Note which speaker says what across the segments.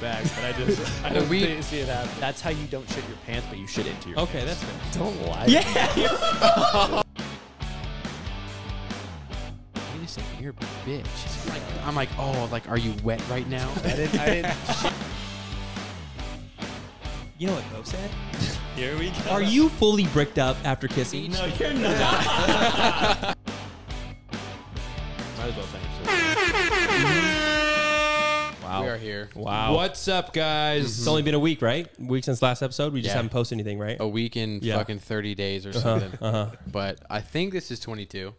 Speaker 1: back, but I just I don't
Speaker 2: We-
Speaker 1: see, see it happen.
Speaker 3: That's how you don't shit your pants, but you shit into your
Speaker 2: Okay,
Speaker 3: pants.
Speaker 2: that's fair.
Speaker 3: Don't lie.
Speaker 2: You just said you're a bitch. Like, I'm like, oh, like, are you wet right now?
Speaker 1: I didn't. I didn't.
Speaker 4: You know what Bo said?
Speaker 1: Here we go.
Speaker 4: Are you fully bricked up after kissing?
Speaker 1: No, you're not.
Speaker 3: Might as well finish it. Wow.
Speaker 2: We are here.
Speaker 4: Wow.
Speaker 3: What's up, guys?
Speaker 1: Mm-hmm.
Speaker 4: It's only been a week, right? A week since last episode. We just
Speaker 2: Yeah.
Speaker 4: haven't posted anything, right?
Speaker 1: Oh.
Speaker 2: A week in
Speaker 4: Yeah.
Speaker 2: fucking 30 days or something. But I think this is 22.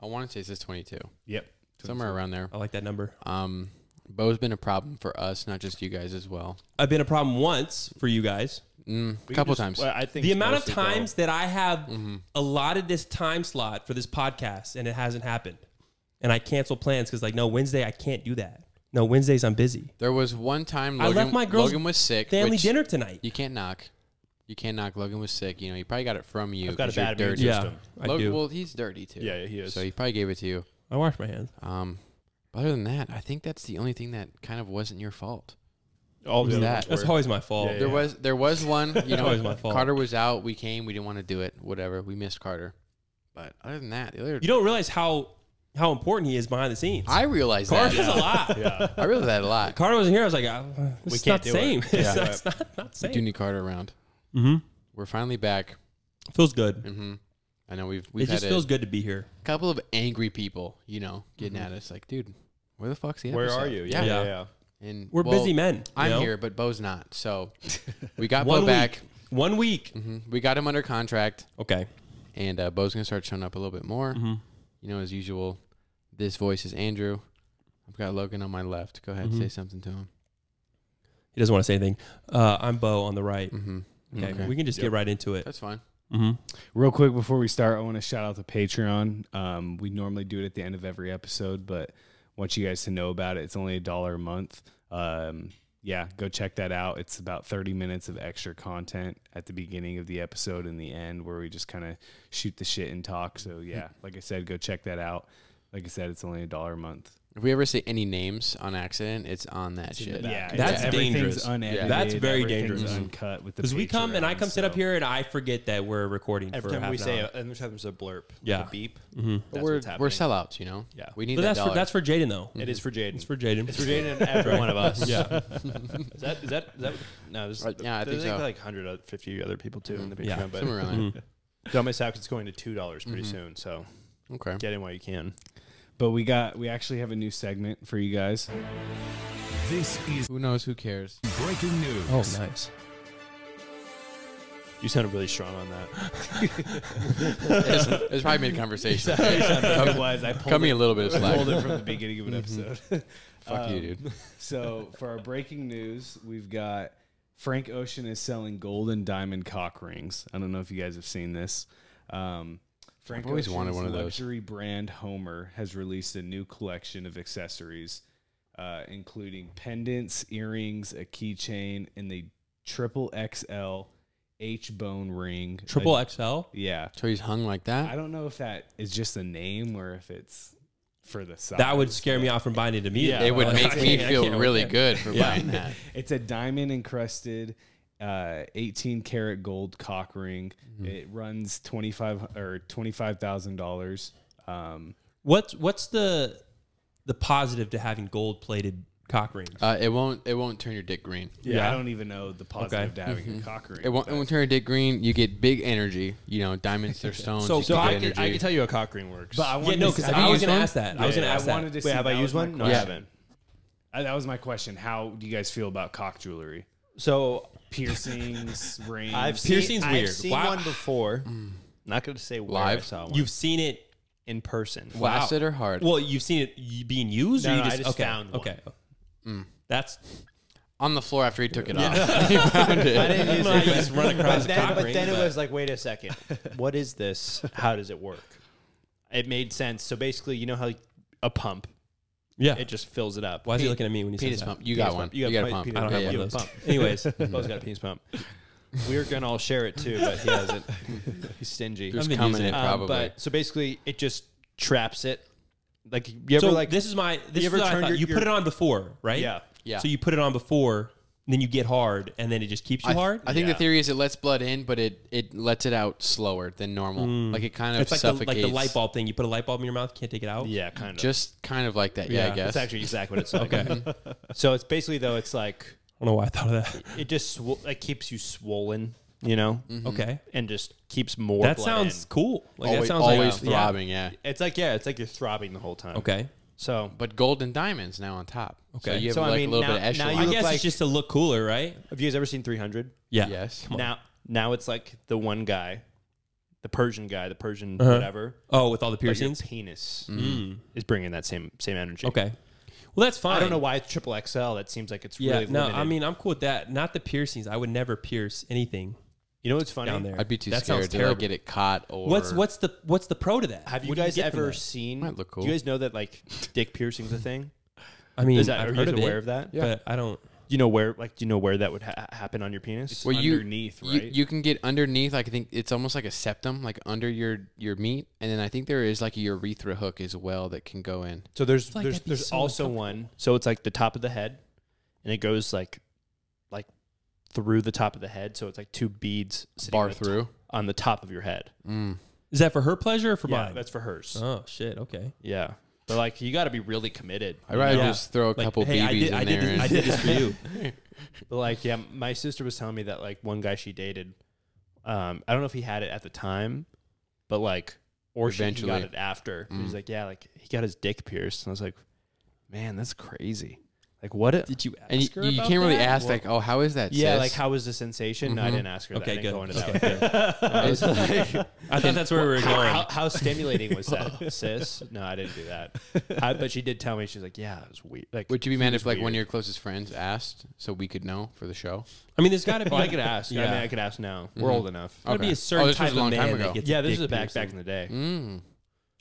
Speaker 2: I want to say this is 22,
Speaker 1: Yep.
Speaker 2: somewhere around there.
Speaker 4: I like that number.
Speaker 2: Um, Bo's been a problem for us, not just you guys as well.
Speaker 4: I've been a problem once for you guys.
Speaker 2: Mm,
Speaker 1: We can
Speaker 2: couple
Speaker 1: just-
Speaker 2: times.
Speaker 1: well, I think
Speaker 4: The
Speaker 1: it's
Speaker 4: amount of
Speaker 1: mostly, Mm-hmm. bro.
Speaker 4: times that I have allotted this time slot for this podcast and it hasn't happened, and I cancel plans because like no Wednesday I can't do that. No Wednesdays I'm busy.
Speaker 2: There was one time
Speaker 4: I
Speaker 2: Logan,
Speaker 4: left my girl's
Speaker 2: Logan was sick.
Speaker 4: Family
Speaker 2: which
Speaker 4: dinner tonight.
Speaker 2: You can't knock. You can't knock. Logan was sick. You know, he probably got it from you.
Speaker 1: I've got a
Speaker 2: 'cause you're
Speaker 1: bad immune
Speaker 2: dirty.
Speaker 1: system.
Speaker 4: yeah,
Speaker 1: System.
Speaker 4: I
Speaker 2: Logan,
Speaker 4: do.
Speaker 2: Well, he's dirty too.
Speaker 1: Yeah, yeah, he is.
Speaker 2: So he probably gave it to you.
Speaker 4: I wash my hands.
Speaker 2: Um, but other than that, I think that's the only thing that kind of wasn't your fault.
Speaker 1: All
Speaker 2: was
Speaker 1: the
Speaker 2: that?
Speaker 4: That's
Speaker 1: That's
Speaker 4: always my fault.
Speaker 1: Yeah,
Speaker 2: There was there was one. You know,
Speaker 4: always my fault.
Speaker 2: Carter was out. We came. We didn't want to do it. Whatever. We missed Carter. But other than that, the other
Speaker 4: You don't realize how how important he is behind the scenes.
Speaker 2: I realized
Speaker 4: Carter's
Speaker 2: that.
Speaker 4: a lot.
Speaker 1: yeah.
Speaker 2: I realized that a lot.
Speaker 4: Carter wasn't here. I was like, uh, we
Speaker 1: can't
Speaker 4: not the
Speaker 1: do it.
Speaker 4: same. It's
Speaker 1: Yeah.
Speaker 4: not- it's not, not the
Speaker 2: We do
Speaker 4: same.
Speaker 2: need Carter around.
Speaker 4: hmm
Speaker 2: We're finally back.
Speaker 4: Feels good.
Speaker 2: hmm I know we've we've
Speaker 4: it just
Speaker 2: had a-
Speaker 4: feels good to be here.
Speaker 2: couple of angry people, you know, getting
Speaker 4: Mm-hmm.
Speaker 2: at us like, dude, where the fuck's the
Speaker 1: Where
Speaker 2: episode?
Speaker 1: are you? Yeah, yeah,
Speaker 4: Yeah.
Speaker 1: yeah.
Speaker 2: And
Speaker 4: We're
Speaker 2: well,
Speaker 4: busy men. you
Speaker 2: I'm
Speaker 4: know?
Speaker 2: here, but Bo's not. So we got
Speaker 4: One
Speaker 2: Bo back.
Speaker 4: week. One week.
Speaker 2: hmm We got him under contract,
Speaker 4: Okay.
Speaker 2: and uh, Bo's gonna start showing up a little bit more.
Speaker 4: Mhm.
Speaker 2: You know, as usual. This voice is Andrew. I've got Logan on my left. Go ahead,
Speaker 4: Mhm.
Speaker 2: say something to him.
Speaker 4: He doesn't want to say anything. Uh, I'm Bo on the right.
Speaker 2: Mm-hmm.
Speaker 4: Okay. We can just get
Speaker 1: Yep.
Speaker 4: right into it.
Speaker 2: That's fine.
Speaker 4: Mm-hmm.
Speaker 5: Real quick before we start, I want to shout out the Patreon. Um, we normally do it at the end of every episode, but want you guys to know about it. It's only a dollar a month. Um, yeah, go check that out. It's about 30 minutes of extra content at the beginning of the episode and the end where we just kind of shoot the shit and talk. So, yeah, like I said, go check that out. Like I said, it's only a dollar a month.
Speaker 2: If we ever say any names on accident, it's on that shit.
Speaker 5: Yeah,
Speaker 4: That's
Speaker 5: everything's
Speaker 4: dangerous.
Speaker 5: unedited.
Speaker 4: That's very
Speaker 5: everything's
Speaker 4: dangerous.
Speaker 5: Uncut with the
Speaker 4: Because we come and I
Speaker 5: Patreon,
Speaker 4: come sit up
Speaker 5: so-
Speaker 4: here and I forget that we're recording
Speaker 1: Every
Speaker 4: for
Speaker 1: time
Speaker 4: half
Speaker 1: we
Speaker 4: an
Speaker 1: say,
Speaker 4: hour.
Speaker 1: it, every time there's a blurp, like
Speaker 4: Yeah.
Speaker 1: a beep.
Speaker 4: Mhm.
Speaker 1: That's
Speaker 2: we're
Speaker 1: what's happening.
Speaker 2: we're sellouts, you know.
Speaker 1: Yeah.
Speaker 2: we need
Speaker 4: But
Speaker 2: that
Speaker 4: that's
Speaker 2: dollar.
Speaker 4: for that's for Jaden though.
Speaker 1: It is for Jaden.
Speaker 4: It's for Jaden.
Speaker 1: It's for Jaden and every one of us.
Speaker 4: Yeah.
Speaker 1: Is that is that is that no? There's,
Speaker 2: Right, yeah, I
Speaker 1: there's
Speaker 2: think so. Mm-hmm.
Speaker 1: like 150 other people too in the Patreon,
Speaker 4: Yeah,
Speaker 1: but
Speaker 2: somewhere around
Speaker 4: Mhm.
Speaker 1: don't miss out 'cause it's going to two dollars pretty
Speaker 2: Mhm.
Speaker 1: soon. So
Speaker 2: there. Okay.
Speaker 1: get in while you can.
Speaker 5: But we got, we actually have a new segment for you guys.
Speaker 6: This is
Speaker 2: Who knows? Who cares?
Speaker 6: breaking news.
Speaker 4: Oh, nice.
Speaker 1: You sounded really strong on that.
Speaker 2: it's, it's probably mid conversation.
Speaker 5: It
Speaker 2: come, Mm-hmm.
Speaker 5: was, I pulled
Speaker 2: cut me
Speaker 5: it-
Speaker 2: a little bit of slack.
Speaker 5: pulled it from the beginning of an episode.
Speaker 2: Fuck you,
Speaker 5: Um,
Speaker 2: dude.
Speaker 5: So for our breaking news, we've got Frank Ocean is selling gold and diamond cock rings. I don't know if you guys have seen this. Um, Frank
Speaker 2: I've always wanted
Speaker 5: Ocean's
Speaker 2: one of those.
Speaker 5: luxury brand Homer has released a new collection of accessories, uh, including pendants, earrings, a keychain, and the triple XL H bone ring.
Speaker 4: Triple
Speaker 5: A-
Speaker 4: XL.
Speaker 5: yeah.
Speaker 2: So he's hung like
Speaker 5: I
Speaker 2: that.
Speaker 5: don't know if that is just a name or if it's for the size.
Speaker 4: That would scare me off from buying it immediately.
Speaker 2: It would
Speaker 4: Like,
Speaker 2: make
Speaker 4: I
Speaker 2: me
Speaker 4: can't- I
Speaker 2: feel
Speaker 4: can't-
Speaker 2: really good for
Speaker 4: Yeah.
Speaker 2: buying that.
Speaker 5: It's a diamond encrusted, uh, 18 karat gold cock ring. It runs 25 or 25 thousand dollars. Um,
Speaker 4: What's what's the the positive to having gold plated cock rings?
Speaker 2: Uh, it won't. It won't turn your dick green.
Speaker 5: yeah,
Speaker 4: Yeah.
Speaker 5: I don't even know the positive
Speaker 4: Okay.
Speaker 5: to having a cock ring.
Speaker 2: It won't, it
Speaker 5: but
Speaker 2: won't turn your dick green. You get big energy. You know, diamonds are stones.
Speaker 4: So-
Speaker 2: you
Speaker 4: so
Speaker 2: get
Speaker 1: I
Speaker 2: energy.
Speaker 1: can, I can tell you how cock ring works.
Speaker 5: but I
Speaker 4: yeah,
Speaker 5: wanted
Speaker 4: no,
Speaker 5: to
Speaker 4: because
Speaker 5: see-
Speaker 4: I was
Speaker 2: used
Speaker 4: gonna
Speaker 2: one?
Speaker 4: ask that. I was gonna
Speaker 1: yeah,
Speaker 4: ask
Speaker 5: I
Speaker 4: that.
Speaker 5: wanted to see.
Speaker 1: Wait, have
Speaker 5: that
Speaker 1: I
Speaker 5: was
Speaker 1: used
Speaker 5: my
Speaker 1: one? No, I
Speaker 5: question.
Speaker 1: haven't.
Speaker 5: I- that was my question. How do you guys feel about cock jewelry?
Speaker 1: So
Speaker 5: Piercings, rings.
Speaker 1: I've
Speaker 5: I've
Speaker 1: seen,
Speaker 4: Piercing's
Speaker 1: I've
Speaker 4: weird.
Speaker 1: seen
Speaker 4: Wow.
Speaker 1: one before. Not going to say where I
Speaker 2: Mm. Live?
Speaker 1: saw one.
Speaker 4: You've seen it.
Speaker 1: in person.
Speaker 2: Flaccid or hard?
Speaker 4: Well, you've seen it y- being used.
Speaker 1: No,
Speaker 4: or you
Speaker 1: no, I
Speaker 4: just,
Speaker 1: just
Speaker 4: okay,
Speaker 1: found one.
Speaker 4: Okay.
Speaker 1: Mm.
Speaker 4: That's
Speaker 2: on the floor after he took it off. he found it.
Speaker 1: I didn't use
Speaker 4: No,
Speaker 1: it.
Speaker 4: you just
Speaker 1: but-
Speaker 4: run across
Speaker 1: but
Speaker 4: the
Speaker 1: then,
Speaker 4: cock
Speaker 1: but
Speaker 4: ring,
Speaker 1: then it
Speaker 4: but-
Speaker 1: was like, wait a second, what is this? How does it work? It made sense. So basically, you know how a pump
Speaker 4: yeah.
Speaker 1: it just fills it up.
Speaker 4: Why is he
Speaker 2: Pe-
Speaker 4: looking at me when he says
Speaker 2: Penis
Speaker 4: that?
Speaker 2: pump. You
Speaker 1: Penis
Speaker 2: got one.
Speaker 1: pump.
Speaker 2: You got a pump.
Speaker 1: penis
Speaker 4: I don't
Speaker 1: pump.
Speaker 4: have
Speaker 1: You
Speaker 4: one of
Speaker 1: a
Speaker 4: those.
Speaker 1: pump.
Speaker 4: Anyways,
Speaker 1: Bo's got a penis pump. We're gonna all share it too, but he hasn't. He's stingy.
Speaker 2: There's
Speaker 4: been
Speaker 2: cum in
Speaker 4: using
Speaker 2: it
Speaker 4: it.
Speaker 1: Um,
Speaker 2: probably.
Speaker 1: but so basically, it just traps it. Like you ever
Speaker 4: so
Speaker 1: like
Speaker 4: this is my. This
Speaker 1: you
Speaker 4: is
Speaker 1: ever
Speaker 4: what I
Speaker 1: turned
Speaker 4: thought.
Speaker 1: your-
Speaker 4: you
Speaker 1: your-
Speaker 4: put it on before, right?
Speaker 1: Yeah.
Speaker 2: Yeah.
Speaker 4: So you put it on before then you get hard, and then it just keeps you
Speaker 2: I,
Speaker 4: hard.
Speaker 2: I think
Speaker 1: Yeah.
Speaker 2: the theory is it lets blood in, but it, it lets it out slower than normal. Like it kind of
Speaker 4: it's like the,
Speaker 2: suffocates.
Speaker 4: like the light bulb thing. You put a light bulb in your mouth, can't take it out.
Speaker 1: Yeah, kind of.
Speaker 2: Just kind of like that. Yeah,
Speaker 4: Yeah.
Speaker 2: I guess.
Speaker 1: That's actually exactly what it's like. okay. So it's basically though it's like
Speaker 4: I don't know why I thought of that.
Speaker 1: it just sw- it keeps you swollen, you know,
Speaker 2: Mm-hmm.
Speaker 4: Okay,
Speaker 1: and just keeps more.
Speaker 4: that
Speaker 1: blood
Speaker 4: sounds cool. Like
Speaker 2: always,
Speaker 4: that sounds
Speaker 2: always
Speaker 4: like,
Speaker 2: throbbing. Yeah.
Speaker 1: in. It's like yeah, it's like you're throbbing the whole time.
Speaker 4: Okay,
Speaker 1: So
Speaker 2: But gold and diamonds now on top. So
Speaker 4: Okay.
Speaker 2: you have
Speaker 1: So, I
Speaker 2: like
Speaker 1: mean,
Speaker 2: a little
Speaker 1: now-
Speaker 2: bit of
Speaker 1: now
Speaker 2: echelon.
Speaker 1: you
Speaker 4: I
Speaker 1: look
Speaker 4: guess
Speaker 1: like-
Speaker 4: it's just to look cooler, right?
Speaker 1: have you guys ever seen 300?
Speaker 4: Yeah.
Speaker 2: yes.
Speaker 1: Now now it's like the one guy, the Persian guy, the Persian whatever.
Speaker 4: Oh, with all the
Speaker 1: but your
Speaker 4: piercings. Mm.
Speaker 1: penis is bringing that same same energy.
Speaker 4: Okay. Well, that's fine.
Speaker 1: I don't know why it's triple XL. That seems like it's
Speaker 4: Yeah,
Speaker 1: really
Speaker 4: no,
Speaker 1: limited.
Speaker 4: I mean I'm cool with that. Not the piercings. I would never pierce anything
Speaker 1: you know what's funny?
Speaker 4: down there.
Speaker 2: I'd be too
Speaker 4: That sounds
Speaker 2: scared to like,
Speaker 4: terrible.
Speaker 2: get it caught or
Speaker 4: What's what's the what's the pro to that?
Speaker 1: Have you
Speaker 4: What do
Speaker 1: guys
Speaker 4: get from
Speaker 1: ever
Speaker 4: that?
Speaker 1: seen?
Speaker 2: Might look
Speaker 1: Do
Speaker 2: cool.
Speaker 1: you guys know that like dick piercing's a thing?
Speaker 4: I mean,
Speaker 1: Is that,
Speaker 4: Hmm, I've
Speaker 1: are you
Speaker 4: heard
Speaker 1: guys
Speaker 4: of it,
Speaker 1: aware of that?
Speaker 4: But I don't.
Speaker 1: Do you know where like do you know where that would ha- happen on your penis?
Speaker 2: Well, you-
Speaker 5: underneath,
Speaker 2: you,
Speaker 5: right?
Speaker 2: you can get underneath. Like I think it's almost like a septum, like under your your meat, and then I think there is like a urethra hook as well that can go in.
Speaker 1: so there's
Speaker 4: like
Speaker 1: there's
Speaker 4: that'd be
Speaker 1: there's
Speaker 4: so
Speaker 1: also
Speaker 4: uncomfortable.
Speaker 1: one. So it's like the top of the head, and it goes like like through the top of the head. So it's like two beads sitting
Speaker 2: Bar
Speaker 1: on the to-
Speaker 2: through.
Speaker 1: on the top of your head.
Speaker 4: Is that for her pleasure or for
Speaker 1: yeah,
Speaker 4: mine?
Speaker 1: that's for hers.
Speaker 4: oh shit. Okay.
Speaker 1: Yeah, but like you got to be really committed.
Speaker 2: I'd rather
Speaker 4: Yeah.
Speaker 2: just throw a
Speaker 4: Like,
Speaker 2: couple
Speaker 4: hey,
Speaker 2: BBs
Speaker 4: I did,
Speaker 2: in
Speaker 4: I
Speaker 2: there.
Speaker 4: did, this,
Speaker 2: and
Speaker 4: I did this for you.
Speaker 1: But like, yeah, my sister was telling me that like one guy she dated, um, I don't know if he had it at the time, but like, or she he got
Speaker 2: Eventually.
Speaker 1: it after.
Speaker 4: Mm.
Speaker 1: He's like, yeah, like he got his dick pierced, and I was like, man, that's crazy. Like, what? A,
Speaker 4: Did you ask
Speaker 2: and you,
Speaker 4: her
Speaker 2: you
Speaker 4: about
Speaker 2: can't really
Speaker 4: that?
Speaker 2: ask like, oh, how is that?
Speaker 1: yeah,
Speaker 2: sis?
Speaker 1: like how was the sensation? No, I didn't ask her.
Speaker 4: Mm-hmm. Okay,
Speaker 1: that. I didn't
Speaker 4: good.
Speaker 1: go into
Speaker 4: Okay,
Speaker 1: that.
Speaker 4: good. I, was like- I thought that's where we were going.
Speaker 1: How, how stimulating was that, sis? No, I didn't do that. I, but she did tell me she's like, yeah, it was weird. Like,
Speaker 2: Would you be mad
Speaker 1: was
Speaker 2: if like one
Speaker 1: weird.
Speaker 2: of your closest friends asked so we could know for the show?
Speaker 4: I mean, there's got to be.
Speaker 1: Well, Oh, I could ask. I
Speaker 4: Yeah.
Speaker 1: mean, I could ask now. We're old enough.
Speaker 4: gotta be
Speaker 2: Okay.
Speaker 4: a
Speaker 2: Mm-hmm. Oh,
Speaker 4: certain
Speaker 2: this was
Speaker 4: type
Speaker 2: a long
Speaker 4: of
Speaker 2: time
Speaker 4: man that
Speaker 2: ago.
Speaker 4: gets
Speaker 1: yeah,
Speaker 4: a
Speaker 1: this
Speaker 4: dick
Speaker 1: is back back in
Speaker 4: piercing.
Speaker 1: the day.
Speaker 2: Mm.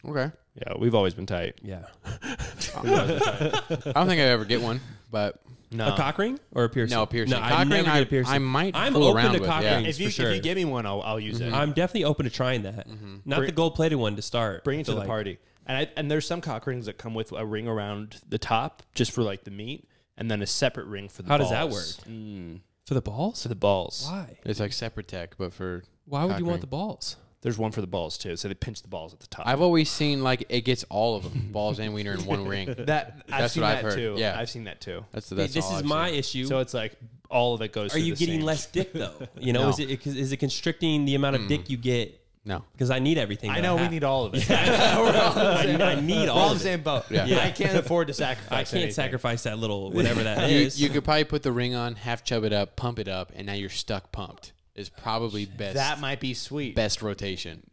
Speaker 2: Okay.
Speaker 1: Yeah, we've always been tight.
Speaker 4: Yeah.
Speaker 2: I don't think I ever get one, but
Speaker 1: No,
Speaker 4: A cock ring or a piercing?
Speaker 2: no piercing.
Speaker 4: No, I
Speaker 2: cock ring,
Speaker 4: never
Speaker 2: I,
Speaker 4: get a piercing.
Speaker 2: I might
Speaker 4: I'm
Speaker 2: fool
Speaker 4: open
Speaker 2: around
Speaker 4: to
Speaker 2: with.
Speaker 4: cock
Speaker 2: yeah.
Speaker 4: rings.
Speaker 1: if you
Speaker 4: for sure.
Speaker 1: if you give me one, I'll I'll use
Speaker 2: Mm-hmm.
Speaker 1: it.
Speaker 4: I'm definitely open to trying that. Not the gold plated one to start.
Speaker 1: Mm-hmm. Bring
Speaker 4: I
Speaker 1: it to
Speaker 4: feel
Speaker 1: the
Speaker 4: like.
Speaker 1: party. And I, and there's some cock rings that come with a ring around the top just for like the meat, and then a separate ring for the
Speaker 4: How
Speaker 1: balls.
Speaker 4: does that work? For the
Speaker 1: For
Speaker 4: balls?
Speaker 1: the balls.
Speaker 4: Why?
Speaker 2: It's like separate tech, but for
Speaker 4: Why would
Speaker 2: cock
Speaker 4: you want
Speaker 2: ring.
Speaker 4: the balls?
Speaker 1: There's one for the balls too, so they pinch the balls at the top.
Speaker 2: I've always seen like it gets all of them, balls and wiener in one ring.
Speaker 1: that I've
Speaker 2: That's
Speaker 1: seen
Speaker 2: what
Speaker 1: that
Speaker 2: I've heard.
Speaker 1: too.
Speaker 2: Yeah.
Speaker 1: I've seen that too.
Speaker 2: That's the that's
Speaker 4: this
Speaker 2: all
Speaker 4: is
Speaker 2: I've
Speaker 4: my
Speaker 2: seen.
Speaker 4: issue.
Speaker 1: So it's like all of it goes.
Speaker 4: Are
Speaker 1: through
Speaker 4: you
Speaker 1: the
Speaker 4: getting
Speaker 1: same-
Speaker 4: less dick though? You know,
Speaker 2: No.
Speaker 4: is it is- is it constricting the amount of dick you get?
Speaker 2: No.
Speaker 4: Because I need everything.
Speaker 1: I
Speaker 4: that
Speaker 1: know we
Speaker 4: have.
Speaker 1: need all of it.
Speaker 4: I need, I need
Speaker 1: We're
Speaker 4: all
Speaker 1: all in the
Speaker 4: of it.
Speaker 1: same boat.
Speaker 2: Yeah.
Speaker 1: I can't afford to sacrifice.
Speaker 4: I can't
Speaker 1: anything.
Speaker 4: sacrifice that little whatever that
Speaker 2: You,
Speaker 4: is.
Speaker 2: you could probably put the ring on, half chub it up, pump it up, and now you're stuck pumped. Is probably best
Speaker 1: That might be sweet.
Speaker 2: best rotation.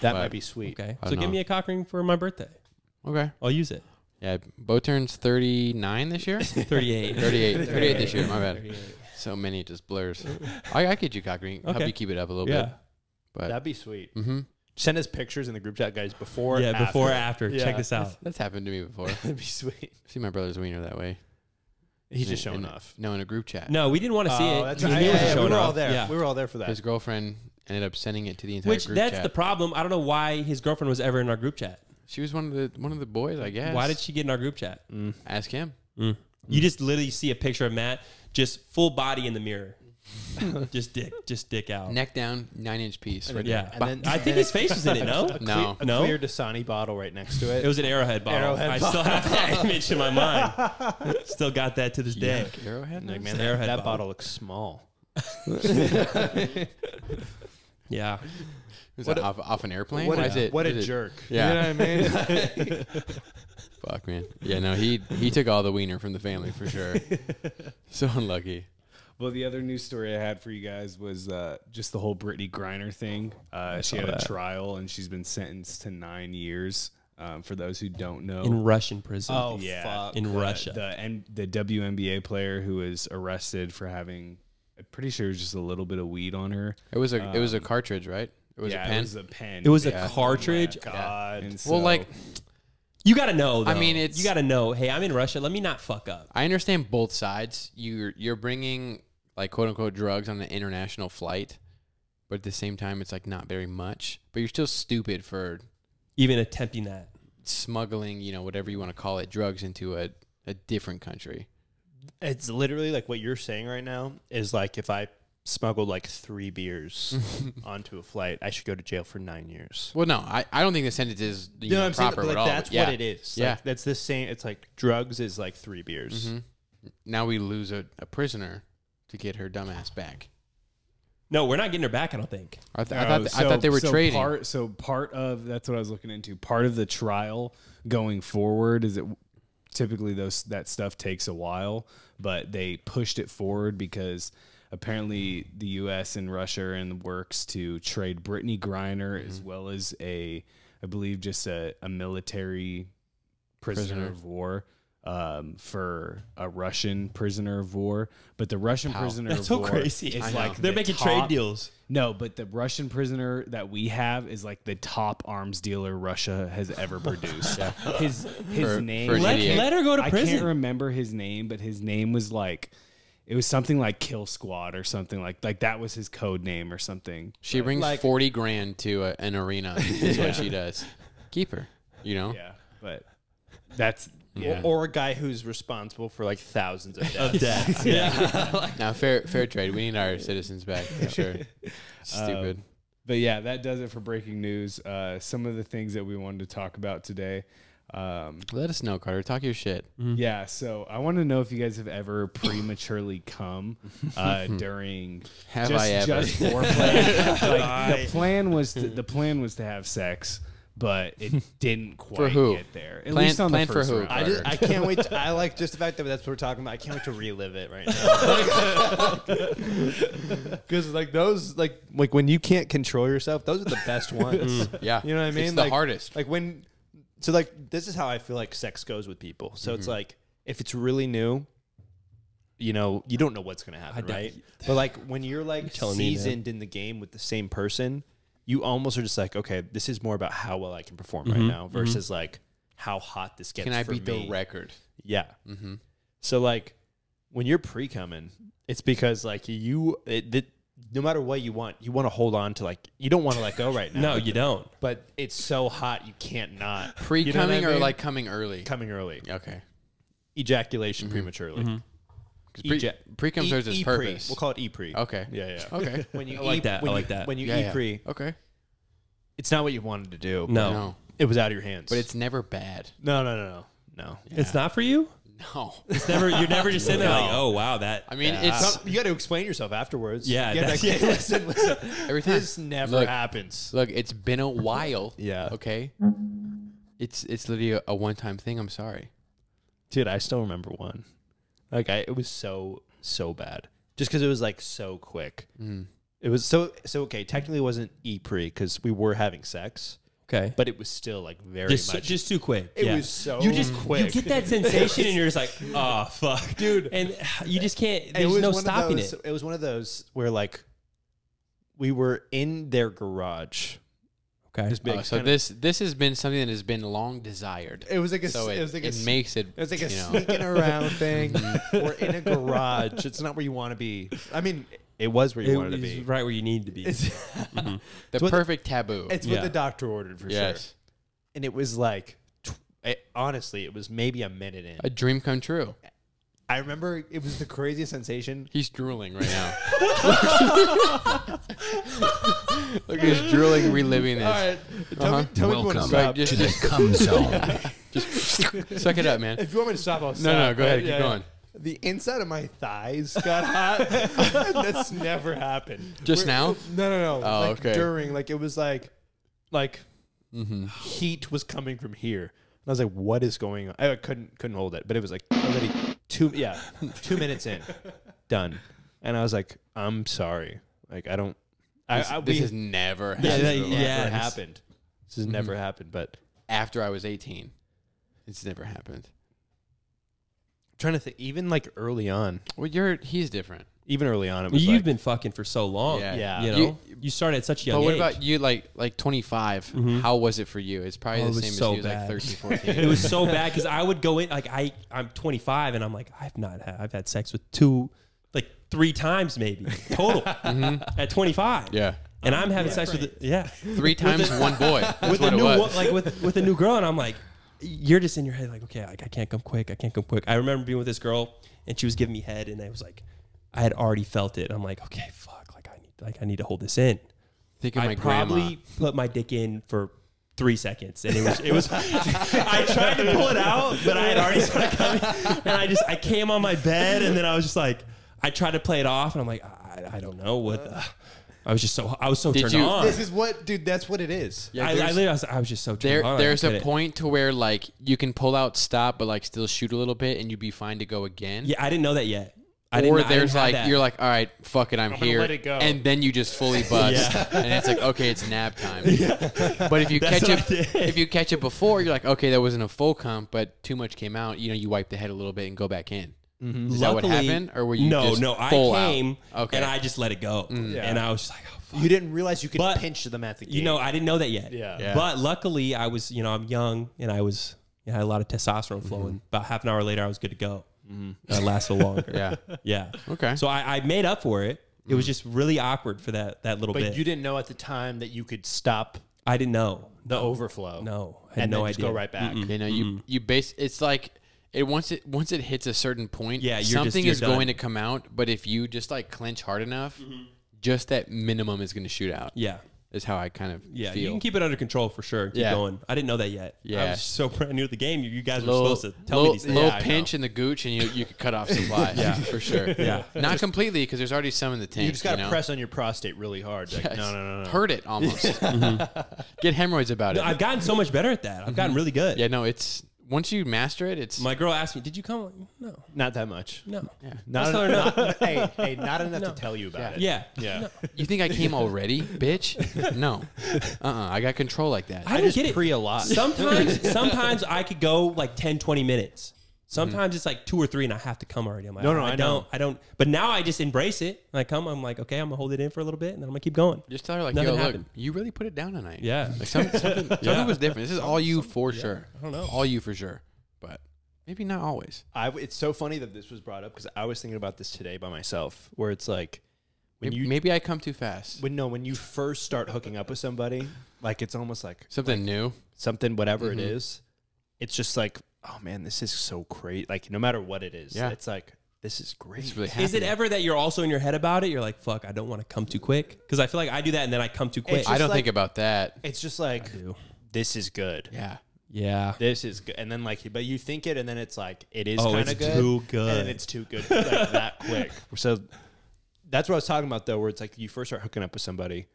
Speaker 1: That
Speaker 2: but-
Speaker 1: might be sweet.
Speaker 4: okay,
Speaker 2: I
Speaker 4: so
Speaker 2: don't
Speaker 4: give
Speaker 2: know.
Speaker 4: me a cock ring for my birthday.
Speaker 2: Okay.
Speaker 4: I'll use it.
Speaker 2: Yeah. Bo turns thirty nine this year.
Speaker 4: Thirty-eight.
Speaker 2: 38, 38 this year. My bad. So many it just blurs. I, I get you, cock ring. Help
Speaker 4: Okay.
Speaker 2: you keep it up a little
Speaker 4: Yeah.
Speaker 2: bit. But
Speaker 1: That'd be sweet.
Speaker 2: hmm
Speaker 1: Send us pictures in the group chat, guys. Before,
Speaker 4: yeah, before after. Check
Speaker 1: Yeah.
Speaker 4: this out.
Speaker 2: that's happened to me before. I've
Speaker 1: That'd be sweet.
Speaker 2: seen my brother's wiener that way.
Speaker 1: He's
Speaker 2: In-
Speaker 1: just showing
Speaker 2: in-
Speaker 1: off.
Speaker 2: No, in a group chat.
Speaker 4: No, we didn't want to see it.
Speaker 1: Oh, that's
Speaker 4: He
Speaker 1: right.
Speaker 4: knew it
Speaker 1: Yeah,
Speaker 4: was
Speaker 1: yeah, we
Speaker 4: showing
Speaker 1: were all
Speaker 4: off.
Speaker 1: there.
Speaker 4: Yeah.
Speaker 1: We were all there for that.
Speaker 2: His girlfriend ended up sending it to the entire
Speaker 4: Which
Speaker 2: group
Speaker 4: that's
Speaker 2: chat.
Speaker 4: the problem. I don't know why his girlfriend was ever in our group chat.
Speaker 2: she was one of the one of the boys, I guess.
Speaker 4: Why did she get in our group chat?
Speaker 2: Mm. ask him?
Speaker 4: You just literally see a picture of Matt just full body in the mirror, just dick, just dick out.
Speaker 2: Neck down, nine inch piece. Right
Speaker 4: yeah,
Speaker 1: And then-
Speaker 4: I think his face was in it. No,
Speaker 2: there. No,
Speaker 1: a
Speaker 4: No?
Speaker 1: clear Dasani bottle right next to it.
Speaker 4: it was an arrowhead bottle.
Speaker 1: Arrowhead
Speaker 4: I
Speaker 1: bottle.
Speaker 4: still have that image in my mind. Still got that to this day.
Speaker 2: arrowhead.
Speaker 1: like, man,
Speaker 4: an
Speaker 1: that,
Speaker 4: Arrowhead
Speaker 1: that
Speaker 4: bottle.
Speaker 1: bottle looks small.
Speaker 4: Yeah,
Speaker 2: Is that off, off an airplane?
Speaker 1: What
Speaker 2: Why
Speaker 1: a,
Speaker 2: is it-
Speaker 1: what a
Speaker 2: is it-
Speaker 1: jerk.
Speaker 2: Yeah.
Speaker 5: You know what I mean?
Speaker 2: Fuck man. Yeah, no, he he took all the wiener from the family for sure. so unlucky.
Speaker 5: well, the other news story I had for you guys was uh, just the whole Brittany Griner thing. Uh, she had a trial and she's been sentenced to nine years. Um, for those who don't know, Oh,
Speaker 4: in Russian prison.
Speaker 5: yeah,
Speaker 4: in Russia.
Speaker 5: the and the WNBA player who was arrested for having, I'm pretty sure it was just a little bit of weed on her.
Speaker 2: It was a it
Speaker 1: Um,
Speaker 2: was a cartridge, right? It was
Speaker 5: yeah,
Speaker 2: a pen.
Speaker 5: it was a pen.
Speaker 4: it was
Speaker 2: Yeah.
Speaker 4: a cartridge.
Speaker 1: Oh God.
Speaker 5: And so-
Speaker 2: well, like
Speaker 4: You gotta know. Though.
Speaker 2: I mean, it's-
Speaker 4: you gotta know. Hey, I'm in Russia. Let me not fuck up.
Speaker 2: I understand both sides. You're you're bringing like quote unquote drugs on an international flight, but at the same time, it's like not very much. But you're still stupid for
Speaker 4: Even attempting that.
Speaker 2: smuggling, you know, whatever you want to call it, drugs into a, a different country.
Speaker 1: It's literally like what you're saying right now is like if I smuggled like three beers onto a flight, I should go to jail for nine years.
Speaker 2: Well, no, I, I don't think the sentence is you know, proper
Speaker 1: But,
Speaker 2: at
Speaker 1: like,
Speaker 2: all.
Speaker 1: that's
Speaker 2: Yeah.
Speaker 1: what it is. Like,
Speaker 2: Yeah. Mm-hmm.
Speaker 1: that's the same. It's like drugs is like three beers.
Speaker 2: Now we lose a, a prisoner to get her dumbass back.
Speaker 4: No, we're not getting her back. I don't think.
Speaker 2: I, th- I thought
Speaker 5: Oh,
Speaker 2: th- I thought they were
Speaker 5: so
Speaker 2: trading.
Speaker 5: Part, so part of that's what I was looking into. Part of the trial going forward is it typically those that stuff takes a while, but they pushed it forward because apparently the U.S. and Russia are in the works to trade Brittany Griner
Speaker 2: Mm-hmm.
Speaker 5: as well as a, I believe, just a, a military prisoner,
Speaker 2: Prisoner.
Speaker 5: of war. Um, for a Russian prisoner of war, but the Russian
Speaker 2: Wow.
Speaker 5: prisoner
Speaker 4: That's
Speaker 5: of
Speaker 4: so
Speaker 5: war
Speaker 4: crazy.
Speaker 5: is
Speaker 2: I know.
Speaker 5: like
Speaker 4: They're
Speaker 5: the
Speaker 4: making
Speaker 5: top-
Speaker 4: trade deals.
Speaker 5: no, but the Russian prisoner that we have is like the top arms dealer Russia has ever produced. His his
Speaker 2: For-
Speaker 5: name.
Speaker 2: for an
Speaker 4: Let,
Speaker 2: idiot.
Speaker 4: let her go to
Speaker 5: I
Speaker 4: prison.
Speaker 5: can't remember his name, but his name was like it was something like Kill Squad or something like like that was his code name or something.
Speaker 2: She brings
Speaker 1: Like-
Speaker 2: forty grand to a, an arena. Is what she does. Keep her. You know.
Speaker 5: Yeah, but that's
Speaker 1: Or, or a guy who's responsible for like thousands of deaths.
Speaker 2: Now fair fair trade. We need our citizens back for sure. Stupid.
Speaker 1: Um,
Speaker 5: but yeah, that does it for breaking news. Uh, some of the things that we wanted to talk about today. Um,
Speaker 2: Let us know, Carter. Talk your shit.
Speaker 1: Mm-hmm.
Speaker 5: Yeah, so I want to know if you guys have ever prematurely come uh, during
Speaker 2: Have
Speaker 5: just,
Speaker 2: I ever?
Speaker 5: just foreplay. like the plan was to, the plan was to have sex, but it didn't quite
Speaker 2: who?
Speaker 5: get there. At
Speaker 2: Plan-
Speaker 5: least on
Speaker 2: plan
Speaker 5: the
Speaker 2: for
Speaker 5: first
Speaker 2: who,
Speaker 5: round.
Speaker 1: I just I can't wait. To, I like just the fact that that's what we're talking about. I can't wait to relive it right now. Because like those like like when you can't control yourself, those are the best ones.
Speaker 2: Yeah.
Speaker 1: you know what I mean.
Speaker 2: It's the
Speaker 1: like,
Speaker 2: hardest.
Speaker 1: Like when so like this is how I feel like sex goes with people. So
Speaker 4: Mm-hmm.
Speaker 1: it's like if it's really new. You know, you don't know what's gonna happen,
Speaker 4: don't-
Speaker 1: right? But like when you're like
Speaker 4: telling me, man.
Speaker 1: seasoned in the game with the same person, you almost are just like, okay, this is more about how well I can perform
Speaker 4: Mm-hmm.
Speaker 1: right now versus like how hot this gets.
Speaker 2: Can I
Speaker 1: for
Speaker 2: beat
Speaker 1: me.
Speaker 2: the record? Mm-hmm.
Speaker 1: Yeah. So like when you're pre coming, it's because like you, it, it, no matter what you want, you want to hold on to like you don't want to let go right now.
Speaker 4: no, you don't.
Speaker 1: but it's so hot you can't not
Speaker 2: Pre
Speaker 1: You know what I
Speaker 2: coming or
Speaker 1: mean?
Speaker 2: like coming early?
Speaker 1: coming early,
Speaker 2: Okay. Mm-hmm.
Speaker 1: ejaculation prematurely.
Speaker 2: Pre,
Speaker 1: Eja-
Speaker 2: pre-com serves its
Speaker 1: E-, e-pre.
Speaker 2: purpose.
Speaker 1: We'll call it e pre.
Speaker 2: Okay.
Speaker 1: Yeah, yeah.
Speaker 2: Okay.
Speaker 1: When you
Speaker 4: I like
Speaker 1: e-
Speaker 4: that. I
Speaker 1: when
Speaker 4: like
Speaker 1: you-
Speaker 4: that.
Speaker 1: When you
Speaker 2: Yeah, yeah.
Speaker 1: e pre,
Speaker 2: Okay.
Speaker 1: it's not what you wanted to do.
Speaker 4: No,
Speaker 2: No.
Speaker 1: it was out of your hands.
Speaker 2: But it's never bad.
Speaker 1: no, no, no, no, no.
Speaker 4: it's not for you.
Speaker 2: No.
Speaker 4: It's never. You're never just sitting there like, oh wow, that.
Speaker 2: I mean, it's
Speaker 1: Some- you got to explain yourself afterwards.
Speaker 4: Yeah,
Speaker 1: you gotta
Speaker 4: that's-
Speaker 1: be like, listen, listen.
Speaker 2: every time.
Speaker 1: This never
Speaker 2: Look.
Speaker 1: happens.
Speaker 2: Look, it's been a while.
Speaker 1: Yeah.
Speaker 2: Okay. It's it's literally a, a one-time thing. I'm sorry.
Speaker 1: dude i still remember one like i it was so so bad just because it was like so quick
Speaker 2: Mm.
Speaker 1: it was so so okay technically it wasn't e-pre because we were having sex
Speaker 4: okay,
Speaker 1: but it was still like very
Speaker 4: just
Speaker 1: much
Speaker 4: just too quick.
Speaker 1: it
Speaker 4: yeah.
Speaker 1: was so
Speaker 4: you just
Speaker 1: quick
Speaker 4: you get that sensation and you're just like, oh fuck,
Speaker 1: Dude.
Speaker 4: and you just can't.
Speaker 1: it
Speaker 4: There's
Speaker 1: was
Speaker 4: no
Speaker 1: one of
Speaker 4: stopping
Speaker 1: those-
Speaker 4: it.
Speaker 1: it was one of those where like we were in their garage
Speaker 4: Okay,
Speaker 1: this big
Speaker 2: Uh, so
Speaker 1: kinda-
Speaker 2: this this has been something that has been long desired.
Speaker 1: it was like a
Speaker 2: so
Speaker 1: s-
Speaker 2: it,
Speaker 1: it was like a
Speaker 2: it
Speaker 1: s-
Speaker 2: makes it.
Speaker 1: It was like a
Speaker 2: you know,
Speaker 1: sneaking around thing. We're in a garage. It's not where you want to be. I mean, it was where you
Speaker 4: it
Speaker 1: wanted to
Speaker 4: was
Speaker 1: be.
Speaker 4: right where you need to be.
Speaker 2: the
Speaker 1: It's what the-
Speaker 2: perfect taboo.
Speaker 1: It's
Speaker 4: Yeah.
Speaker 1: what the doctor ordered for sure.
Speaker 2: yes,
Speaker 1: And it was like, tw- it, honestly, it was maybe a minute in.
Speaker 2: a dream come true.
Speaker 1: I remember it was the craziest sensation.
Speaker 2: He's drooling right now. Look, he's drooling, reliving this.
Speaker 1: Tell me, tell me if you want to
Speaker 7: Welcome.
Speaker 1: stop.
Speaker 2: Right, Uh-huh. just,
Speaker 7: the cum zone.
Speaker 2: just suck it up, man.
Speaker 1: if you want me to stop, I'll stop.
Speaker 2: No, no, go
Speaker 1: but
Speaker 2: ahead, keep
Speaker 1: yeah,
Speaker 2: going.
Speaker 1: yeah. The inside of my thighs got hot. That's never happened.
Speaker 2: Just now?
Speaker 1: No, no, no.
Speaker 2: Oh,
Speaker 1: like
Speaker 2: okay.
Speaker 1: During, like, it was like, like,
Speaker 2: Mm-hmm.
Speaker 1: heat was coming from here. And I was like, "What is going on?" I couldn't couldn't hold it, but it was like already two yeah two minutes in, done. And I was like, "I'm sorry, like I don't." I,
Speaker 2: This,
Speaker 1: I,
Speaker 2: this
Speaker 1: we-
Speaker 2: has never
Speaker 1: this
Speaker 2: happened.
Speaker 1: has
Speaker 4: that-
Speaker 1: never
Speaker 4: yeah, this-
Speaker 1: happened. This has never happened. But
Speaker 2: After I was 18, it's never happened.
Speaker 1: I'm trying to think, even like early on,
Speaker 2: Well, you're he's different.
Speaker 1: even early on, it was
Speaker 4: You've
Speaker 1: like,
Speaker 4: been fucking for so long.
Speaker 2: Yeah.
Speaker 1: Yeah.
Speaker 4: you know, you, started at such a young
Speaker 2: But what
Speaker 4: age.
Speaker 2: about you? Like like 25. How was it for you? It's probably
Speaker 4: Mm-hmm. Oh, it
Speaker 2: the
Speaker 4: was
Speaker 2: same
Speaker 4: so
Speaker 2: as you,
Speaker 4: bad.
Speaker 2: like 13,
Speaker 4: it
Speaker 2: 14.
Speaker 4: was so bad because I would go in like I I'm 25 and I'm like I've not had, I've had sex with two like three times maybe total at 25
Speaker 2: Mm-hmm. yeah,
Speaker 4: and I'm having sex with yeah
Speaker 2: three times one boy. That's
Speaker 4: with
Speaker 2: what
Speaker 4: a
Speaker 2: it
Speaker 4: new
Speaker 2: was.
Speaker 4: wo- like with with a new girl and I'm like you're just in your head like, okay, like I can't come quick, I can't come quick. I remember being with this girl and she was giving me head, and I was like, I had already felt it. I'm like, okay, fuck, like I need, like I need to hold this in.
Speaker 2: Think of
Speaker 4: I
Speaker 2: my
Speaker 4: probably
Speaker 2: grandma.
Speaker 4: put my dick in for three seconds, and it was, it was. I tried to pull it out, but I had already started coming, and I just, I came on my bed, and then I was just like, I tried to play it off, and I'm like, I, I don't know what. The, I was just so, I was so
Speaker 2: Did
Speaker 4: turned
Speaker 2: you-
Speaker 4: on.
Speaker 1: This is what, dude. That's what it is.
Speaker 2: Yeah,
Speaker 4: I, I,
Speaker 2: there's-
Speaker 4: literally was, I was just so turned
Speaker 2: There,
Speaker 4: on. I
Speaker 2: there's a
Speaker 4: couldn't-
Speaker 2: point to where like you can pull out, stop, but like still shoot a little bit, and you'd be fine to go again.
Speaker 4: Yeah, I didn't know that yet. I didn't,
Speaker 2: or
Speaker 4: I didn't
Speaker 2: there's
Speaker 4: have
Speaker 2: like
Speaker 4: that.
Speaker 2: you're like, all right, fuck it, I'm,
Speaker 3: gonna
Speaker 2: here,
Speaker 3: let it go.
Speaker 2: and then you just fully bust,
Speaker 4: Yeah.
Speaker 2: and it's like, okay, it's nap time. But if you
Speaker 4: That's
Speaker 2: catch
Speaker 4: what
Speaker 2: it,
Speaker 4: I did.
Speaker 2: if you catch it before, you're like, okay, that wasn't a full comp, but too much came out. You know, you wipe the head a little bit and go back in.
Speaker 4: Mm-hmm.
Speaker 2: Is that what
Speaker 4: Luckily-
Speaker 2: happened, or were you
Speaker 4: no,
Speaker 2: just
Speaker 4: no, I
Speaker 2: full out?
Speaker 4: came
Speaker 2: Okay. Mm.
Speaker 4: and I just let it go, and I was just like, oh, fuck.
Speaker 1: You didn't realize you could
Speaker 4: But-
Speaker 1: pinch them at the game.
Speaker 4: you know, I didn't know that yet.
Speaker 1: Yeah.
Speaker 2: Yeah.
Speaker 4: But luckily, I was, you know, I'm young and I was, you know, I had a lot of testosterone
Speaker 2: Mm-hmm.
Speaker 4: flowing. About half an hour later, I was good to go. That lasted longer.
Speaker 2: Yeah.
Speaker 4: yeah.
Speaker 2: Okay. Mm-hmm.
Speaker 4: So I, I made up for it. It was just really awkward for that that little
Speaker 1: but
Speaker 4: bit.
Speaker 1: you didn't know at the time that you could stop
Speaker 4: I didn't know.
Speaker 1: the overflow.
Speaker 4: No, I had
Speaker 1: and
Speaker 4: no
Speaker 1: then
Speaker 4: idea.
Speaker 1: just go right back.
Speaker 2: You know,
Speaker 4: Mm-hmm.
Speaker 2: you you base it's like it once it once it hits a certain point,
Speaker 4: Yeah, you're just-
Speaker 2: something
Speaker 4: you're
Speaker 2: is going
Speaker 4: done. Mm-hmm.
Speaker 2: to come out. But if you just like clench hard enough, just that minimum is going to shoot out.
Speaker 4: Yeah.
Speaker 2: is how I kind of
Speaker 4: Yeah,
Speaker 2: feel.
Speaker 4: you can keep it under control for sure. Keep
Speaker 2: Yeah.
Speaker 4: going. I didn't know that yet. I
Speaker 2: Yeah.
Speaker 4: was so brand new at the game. You, you guys
Speaker 2: little,
Speaker 4: were supposed to tell
Speaker 2: little-
Speaker 4: me these things.
Speaker 2: little
Speaker 1: I know.
Speaker 2: pinch in the gooch, and you you could cut off supply. yeah, for sure.
Speaker 4: Yeah.
Speaker 2: not completely because there's already some in the tank.
Speaker 1: You just got to
Speaker 2: know?
Speaker 1: press on your prostate really hard. Like, No, no, no, no.
Speaker 2: Hurt it almost.
Speaker 1: Mm-hmm.
Speaker 2: Get hemorrhoids about it.
Speaker 4: I've gotten so much better at that. I've gotten really good.
Speaker 2: Mm-hmm. yeah, no, it's once you master it, it's
Speaker 4: My girl asked me, "Did you come?" No,
Speaker 1: Not that much.
Speaker 4: no.
Speaker 1: Not
Speaker 4: That's
Speaker 1: enough. Not, hey, hey, not enough to tell you about
Speaker 4: Yeah.
Speaker 1: it. Yeah.
Speaker 2: you think I came already, bitch? No, uh, uh I got control like that.
Speaker 4: I
Speaker 1: I
Speaker 4: don't
Speaker 1: just
Speaker 4: get it.
Speaker 1: pre a lot.
Speaker 4: sometimes sometimes I could go like 10, 20 minutes. Sometimes it's like two or three and I have to come already. I'm like,
Speaker 1: No, no,
Speaker 4: I,
Speaker 1: I
Speaker 4: don't,
Speaker 1: know.
Speaker 4: I don't. But now I just embrace it. When I come, I'm like, okay, I'm gonna hold it in for a little bit and then I'm gonna keep going.
Speaker 2: Just tell her like,
Speaker 4: Nothing
Speaker 2: yo,
Speaker 4: happened.
Speaker 2: look, you really put it down tonight.
Speaker 4: Yeah.
Speaker 2: like some, something,
Speaker 4: Yeah.
Speaker 2: something was different. This is all you for sure. I
Speaker 4: don't know.
Speaker 2: All you for sure, but maybe not always.
Speaker 1: I, it's so funny that this was brought up because I was thinking about this today by myself, where it's like when
Speaker 2: Maybe,
Speaker 1: you
Speaker 2: maybe I come too fast.
Speaker 1: when no when you first start hooking up with somebody, like it's almost like
Speaker 2: Something new.
Speaker 1: something whatever it
Speaker 4: Mm-hmm.
Speaker 1: is, it's just like oh man, this is so great. Like no matter what it is,
Speaker 2: Yeah.
Speaker 1: it's like this is great.
Speaker 2: It's really
Speaker 4: Is it
Speaker 2: happening.
Speaker 4: ever that you're also in your head about it? You're like, fuck, I don't want to come too quick because I feel like I do that and then I come too quick.
Speaker 1: just
Speaker 2: I don't
Speaker 1: like-
Speaker 2: think about that.
Speaker 1: it's just like
Speaker 4: do.
Speaker 1: this is good.
Speaker 2: Yeah.
Speaker 4: yeah.
Speaker 1: This is good, and then like, but you think it, and then it's like it is
Speaker 4: Oh,
Speaker 1: kind of
Speaker 4: it's
Speaker 1: good,
Speaker 4: too good.
Speaker 1: and then it's too good like, that quick. So that's what I was talking about though, where it's like you first start hooking up with somebody,